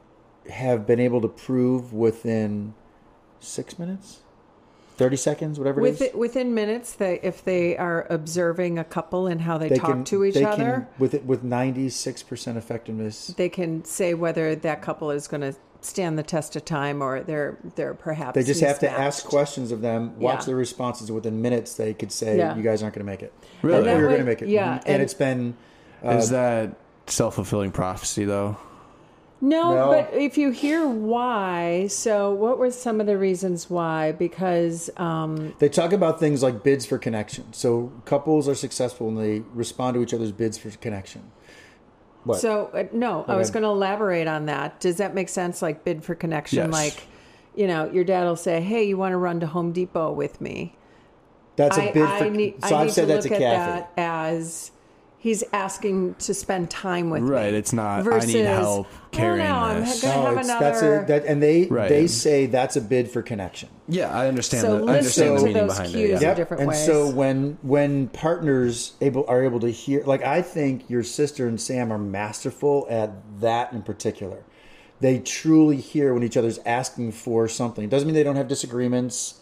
D: have been able to prove within six minutes, thirty seconds, whatever it is.
B: Within, within minutes, they, if they are observing a couple and how they, talk to each
D: they can-
B: other,
D: with it, with ninety six percent effectiveness.
B: they can say whether that couple is going to stand the test of time or they're they're perhaps
D: They just have to
B: mismatched.
D: ask questions of them, watch
B: Yeah.
D: their responses. Within minutes, they could say,
B: Yeah.
D: "You guys aren't going to make it."
C: Really?
D: Or,
C: And that
D: You're going to
B: way-
D: make it.
B: yeah,
D: And,
B: and-
D: it's been
C: is that self fulfilling prophecy though?
B: No,
D: No.
B: but if you hear why, so what were some of the reasons why? Because um,
D: they talk about things like bids for connection. So couples are successful when they respond to each other's bids for connection. What?
B: so uh, no, I was
D: Okay.
B: going to elaborate on that. Does that make sense? Like bid for connection,
C: Yes.
B: like you know, your dad will say, "Hey, you want to run to Home Depot with me?"
D: that's a
B: I,
D: bid
B: I
D: for.
B: need,
D: so
B: I
D: I've
B: need
D: said
B: to
D: that
B: look
D: to
B: at
D: Kathy.
B: that as he's asking to spend time with me.
C: Right. It's not I
B: Versus,
C: need help
B: "Oh,
C: carrying
B: no, I'm
C: this.
B: gonna- have
D: that's a,
B: another-
D: that, and they
C: Right.
D: they say that's a bid for connection.
C: yeah, I understand
B: So
C: the I
B: listen
C: understand the
D: to
C: meaning
B: those
C: behind
B: cues.
C: it. Yeah.
B: Yep. different
D: and
B: ways.
D: so when when partners able are able to hear like i think your sister and sam are masterful at that in particular they truly hear when each other's asking for something it doesn't mean they don't have disagreements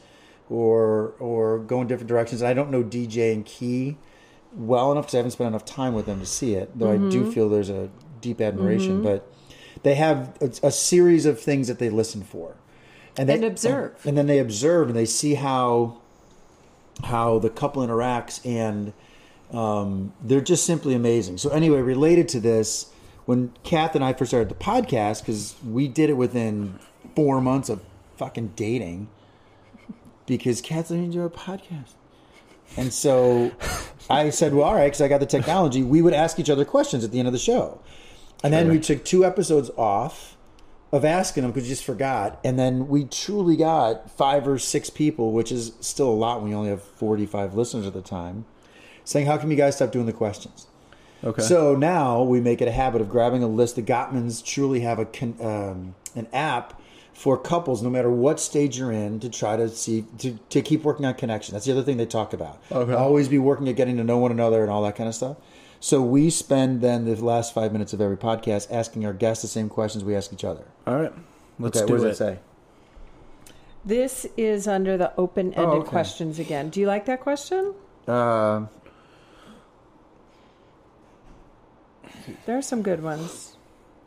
D: or or go in different directions i don't know dj and key well enough because i haven't spent enough time with them to see it though i
B: Mm-hmm.
D: do feel there's a deep admiration but they have a, a series of things that they listen for and, they,
B: And observe.
D: and then they observe and they see how how the couple interacts and Um, they're just simply amazing. So anyway, related to this, when Kath and I first started the podcast, because we did it within four months of fucking dating, because Kath's like, "You do a podcast. And so I said, well, all right, because I got the technology. We would ask each other questions at the end of the show. And then we took two episodes off of asking them because you just forgot. And then we truly got five or six people, which is still a lot when you only have 45 listeners at the time, saying, how come you guys stop doing the questions?
C: Okay.
D: So now we make it a habit of grabbing a list. The Gottmans truly have a con- um, an app for couples, no matter what stage you're in, to try to see to, to keep working on connection. That's the other thing they talk about.
C: Okay.
D: Always be working at getting to know one another and all that kind of stuff. So we spend then the last five minutes of every podcast asking our guests the same questions we ask each other.
C: all right, let's
D: okay,
C: do
D: what
C: it.
D: does that say?
B: This is under the open ended
C: Oh, okay.
B: questions again. Do you like that question?
D: Uh,
B: Um, There are some good ones.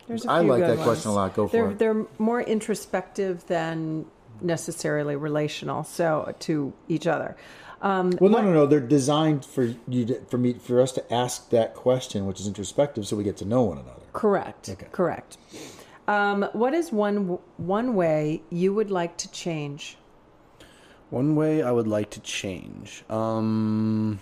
B: There's a few
D: I like
B: good
D: that question
B: ones.
D: a lot. Go for
B: they're,
D: it.
B: They're more introspective than necessarily relational, so to each other. Um,
D: well, no,
B: what-
D: no, no. They're designed for you to, for me for us to ask that question, which is introspective, so we get to know one another.
B: Correct.
D: Okay.
B: Correct. Um, what is one one way you would like to change?
C: One way I would like to change. Um.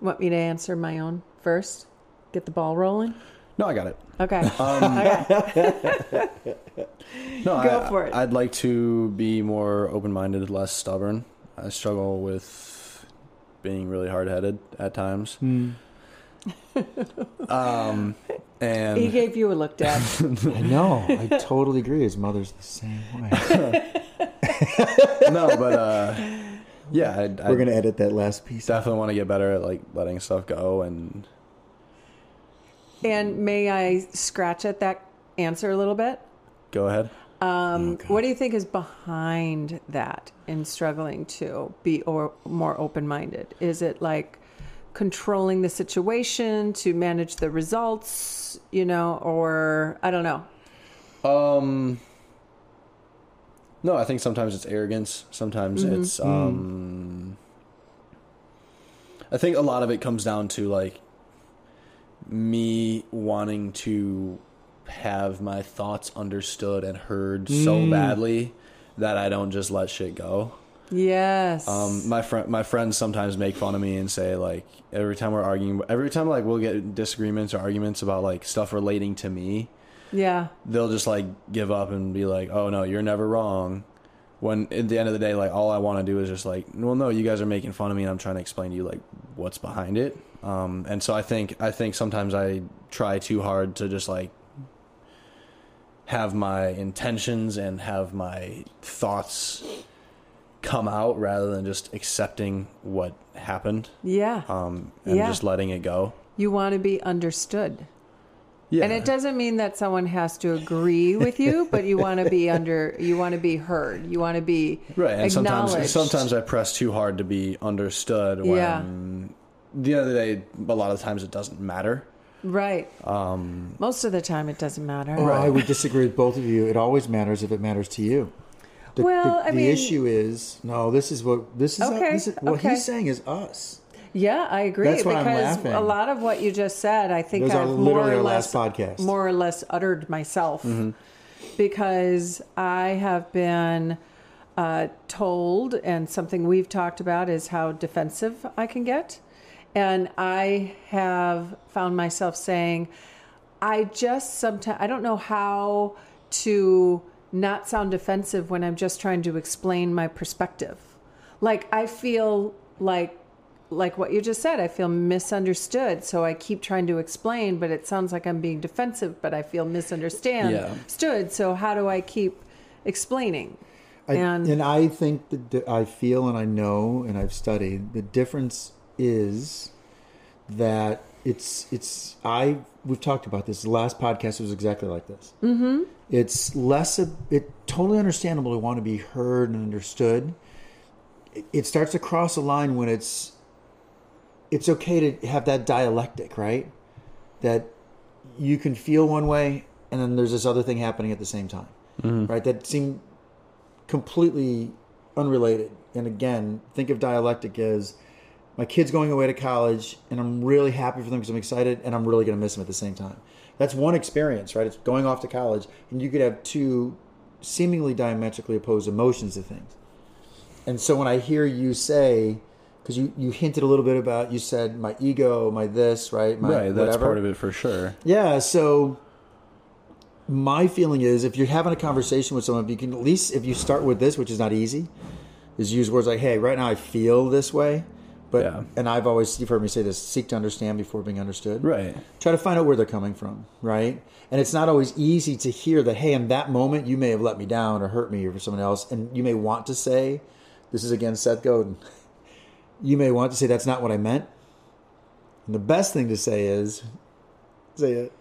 B: Want me to answer my own first? Get the ball rolling.
C: No, I got it.
B: Okay.
D: Um,
B: okay.
C: No,
B: Go
C: I,
B: for it.
C: I'd like to be more open-minded, less stubborn. I struggle with being really hard-headed at times.
D: Hmm.
C: um,
B: He
C: and
B: gave you a look, Dad.
D: I know. I totally agree. His mother's the same way.
C: no, but uh, yeah, I, I
D: We're gonna edit that last piece. out.
C: definitely want to get better at like letting stuff go and
B: and may I scratch at that answer a little bit?
C: go ahead.
B: Um, what do you think is behind that in struggling to be or more open minded? Is it like controlling the situation to manage the results, you know, or I don't know.
C: Um, no, I think sometimes it's arrogance. Sometimes it's um. I think a lot of it comes down to like me wanting to have my thoughts understood and heard so badly that I don't just let shit go.
B: Yes.
C: Um, my friend, my friends sometimes make fun of me and say like every time we're arguing, every time like we'll get disagreements or arguments about like stuff relating to me,
B: yeah.
C: they'll just like give up and be like, "Oh no, you're never wrong." When at the end of the day, like all I want to do is just like, "Well, no, you guys are making fun of me, and I'm trying to explain to you like what's behind it." Um, and so I think I think sometimes I try too hard to just like have my intentions and have my thoughts come out rather than just accepting what happened
B: Yeah.
C: um, and
B: Yeah.
C: just letting it go.
B: you want to be understood.
C: Yeah,
B: And it doesn't mean that someone has to agree with you, but you want to be under you want to be heard. You want to be
C: right and sometimes
B: acknowledged.
C: sometimes i press too hard to be understood when
B: Yeah.
C: the other day a lot of times it doesn't matter
B: right. Um most of the time it doesn't matter.
D: Well, Oh, I would disagree with both of you. It always matters if it matters to you. The,
B: Well,
D: the,
B: I
D: the
B: mean-
D: issue is no. This is what this is.
B: Okay,
D: this is what
B: okay.
D: he's saying is us.
B: Yeah, I agree.
D: That's why I'm
B: because
D: laughing.
B: a lot of what you just said, I think
D: Those are
B: I've more
D: literally
B: or
D: our
B: less,
D: last Mm-hmm. podcast.
B: more or less uttered myself, because I have been uh, told, and something we've talked about is how defensive I can get, and I have found myself saying, I just sometimes I don't know how to not sound defensive when I'm just trying to explain my perspective. Like I feel like like what you just said, I feel misunderstood, so I keep trying to explain, but it sounds like I'm being defensive, but I feel misunderstood.
C: Yeah.
B: Stood. So how do I keep explaining?
D: I,
B: And-
D: and, I think that the, I feel and I know and I've studied the difference is that it's it's I we've talked about this. The last podcast was exactly like this. Mm-hmm. It's less a, it totally understandable to want to be heard and understood. It, it starts to cross a line when it's it's okay to have that dialectic, right? That you can feel one way and
C: Mm-hmm.
D: then there's this other thing happening at the same time, right? That seem completely unrelated. And again, think of dialectic as my kid's going away to college, and I'm really happy for them because I'm excited, and I'm really going to miss them at the same time. That's one experience, right? It's going off to college, and you could have two seemingly diametrically opposed emotions to things. And so when I hear you say, because you, you hinted a little bit about, you said my ego, my this, right? My
C: right, that's part of it for sure.
D: yeah, so my feeling is if you're having a conversation with someone, if you can at least if you start with this, which is not easy, is use words like, "Hey, right now I feel this way," but
C: Yeah.
D: and I've always you've heard me say this: seek to understand before being understood.
C: Right.
D: Try to find out where they're coming from, right? And it's not always easy to hear that. Hey, in that moment, you may have let me down or hurt me or for someone else, and you may want to say, "This is again Seth Godin." You may want to say, "That's not what I meant." And the best thing to say is, say it.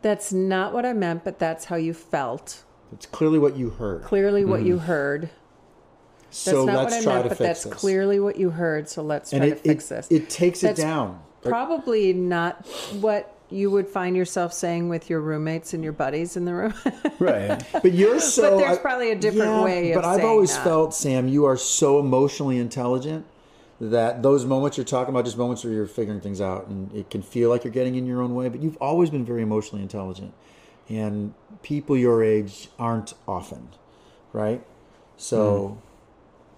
B: That's not what I meant, but that's how you felt.
D: It's clearly what you heard.
B: Clearly, what you heard. That's
D: Mm. so
B: not
D: let's
B: what I
D: try
B: meant,
D: to
B: but
D: fix
B: that's
D: this.
B: clearly what you heard. So let's try
D: and
B: to
D: it,
B: fix
D: it,
B: this.
D: it takes
B: That's
D: it down.
B: Probably not what you would find yourself saying with your roommates and your buddies in the room.
C: Right.
D: But you're so.
B: there's probably a different
D: yeah,
B: way of
D: But I've
B: saying
D: always
B: that.
D: felt, Sam, you are so emotionally intelligent that those moments you're talking about, just moments where you're figuring things out, and it can feel like you're getting in your own way. But you've always been very emotionally intelligent, and people your age aren't often, right? So,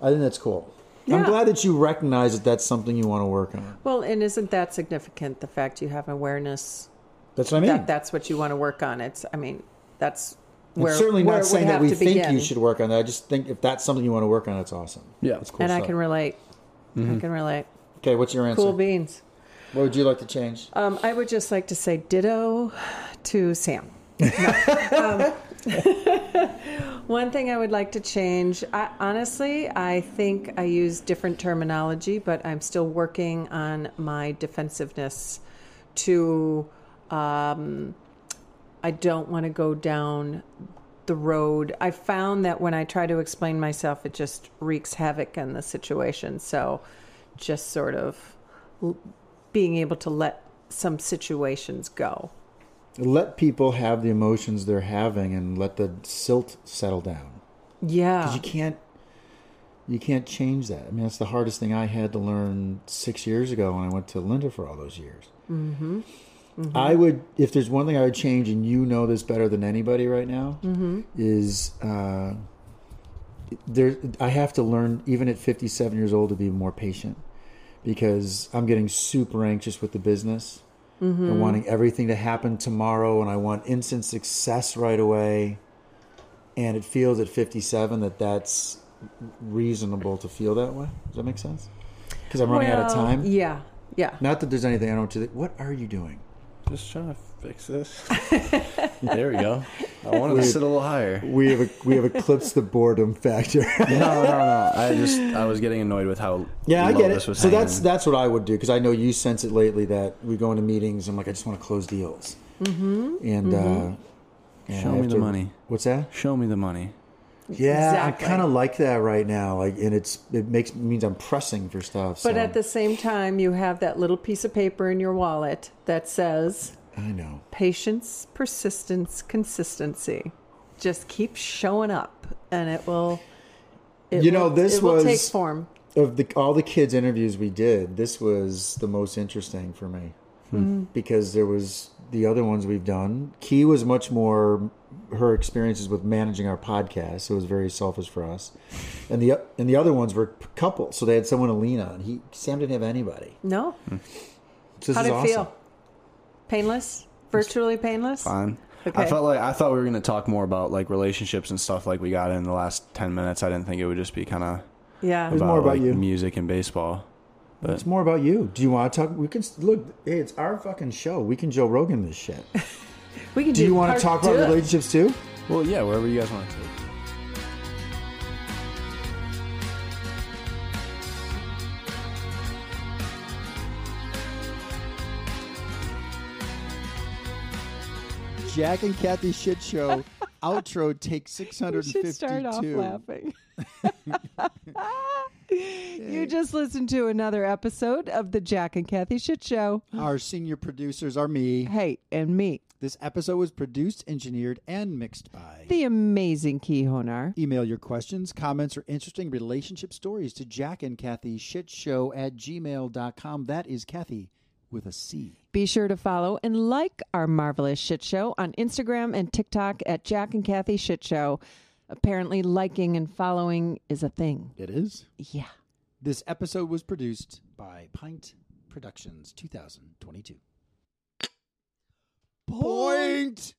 D: I think that's cool. I'm
B: Yeah.
D: glad that you recognize that that's something you want to work on.
B: well, and isn't that significant? The fact you have awareness
D: That's what I mean.
B: that that's what you want to work on. It's, I mean, that's where
D: I'm certainly
B: where it
D: not
B: would
D: saying that
B: have
D: we
B: to
D: think
B: begin.
D: you should work on that. I just think if that's something you want to work on, that's awesome.
C: Yeah.
D: That's cool
B: And I
D: stuff.
B: can relate.
D: Mm-hmm.
B: I can relate.
D: okay, what's your answer?
B: Cool beans.
D: what would you like to change?
B: Um, I would just like to say ditto to Sam. No. um, one thing I would like to change, I, honestly, I think I use different terminology, but I'm still working on my defensiveness to. Um, I don't want to go down the road. I found that when I try to explain myself, it just wreaks havoc on the situation. So, just sort of l- being able to let some situations go.
D: Let people have the emotions they're having and let the silt settle down.
B: Yeah.
D: You can't you can't change that. I mean, that's the hardest thing I had to learn six years ago when I went to Linda for all those years. Mm-hmm. I would, if there's one thing I would change, and you know this better than anybody right now, is uh, there. I have to learn, even at 57 years old, to be more patient because I'm getting super anxious with the business and wanting everything to happen tomorrow, and I want instant success right away. And it feels at 57 that that's reasonable to feel that way. Does that make sense? Because I'm running out of
B: Well,
D: time.
B: Yeah. Yeah.
D: Not that there's anything I don't do. What are you doing?
C: Just trying to fix this. there we go. I wanted to sit a little higher.
D: We have we have eclipsed the boredom factor.
C: No, no, no. I just I was getting annoyed with how
D: yeah, I
C: low
D: get it.
C: This was
D: So that's
C: hanging.
D: that's what I would do because I know you sense it lately that we go into meetings. I'm like, I just want to close deals. Mm-hmm. And Uh, and
C: Show me the money.
D: What's that?
C: Show me the money.
D: Yeah,
B: Exactly.
D: I kind of like that right now. Like, and it's it makes means I'm pressing for stuff.
B: But
D: so-
B: at the same time, you have that little piece of paper in your wallet that says
D: I know.
B: patience, persistence, consistency. Just keep showing up and it will. It
D: You know,
B: will-
D: this
B: it will take
D: was-
B: form.
D: of the all the kids interviews we did this was the most interesting for me
B: Hmm.
D: because there was the other ones we've done key was much more her experiences with managing our podcast so it was very selfish for us and the and the other ones were couples so they had someone to lean on he sam didn't have anybody
B: No.
D: so this
B: How
D: is
B: did it
D: awesome
B: feel? Painless? Virtually painless?
C: Fine.
B: Okay.
C: I felt like I thought we were gonna talk more about like relationships and stuff like we got in the last ten minutes. I didn't think it would just be kind of
B: Yeah.
D: was more about
C: like,
D: you.
C: music and baseball.
D: it's more about you do you want to talk we can look hey it's our fucking show we can joe rogan this shit
B: We can
D: do you want
B: part
D: to talk about
B: two.
D: relationships too
C: Well, yeah, wherever you guys want to.
D: jack and kathy shit show outro take
B: We should start off laughing. You just listened to another episode of the Jack and Kathy Shit Show.
D: Our senior producers are me.
B: Hey, and me,
D: This episode was produced, engineered, and mixed by.
B: the amazing Key Honar.
D: Email your questions, comments, or interesting relationship stories to Jack and Kathy Shitshow at gmail.com. That is Kathy with a C.
B: Be sure to follow and like our marvelous shit show on Instagram and TikTok at Jack and Kathy Shit Show. Apparently, liking and following is a thing.
D: It is.
B: Yeah.
D: This episode was produced by Pint Productions 2022. Point!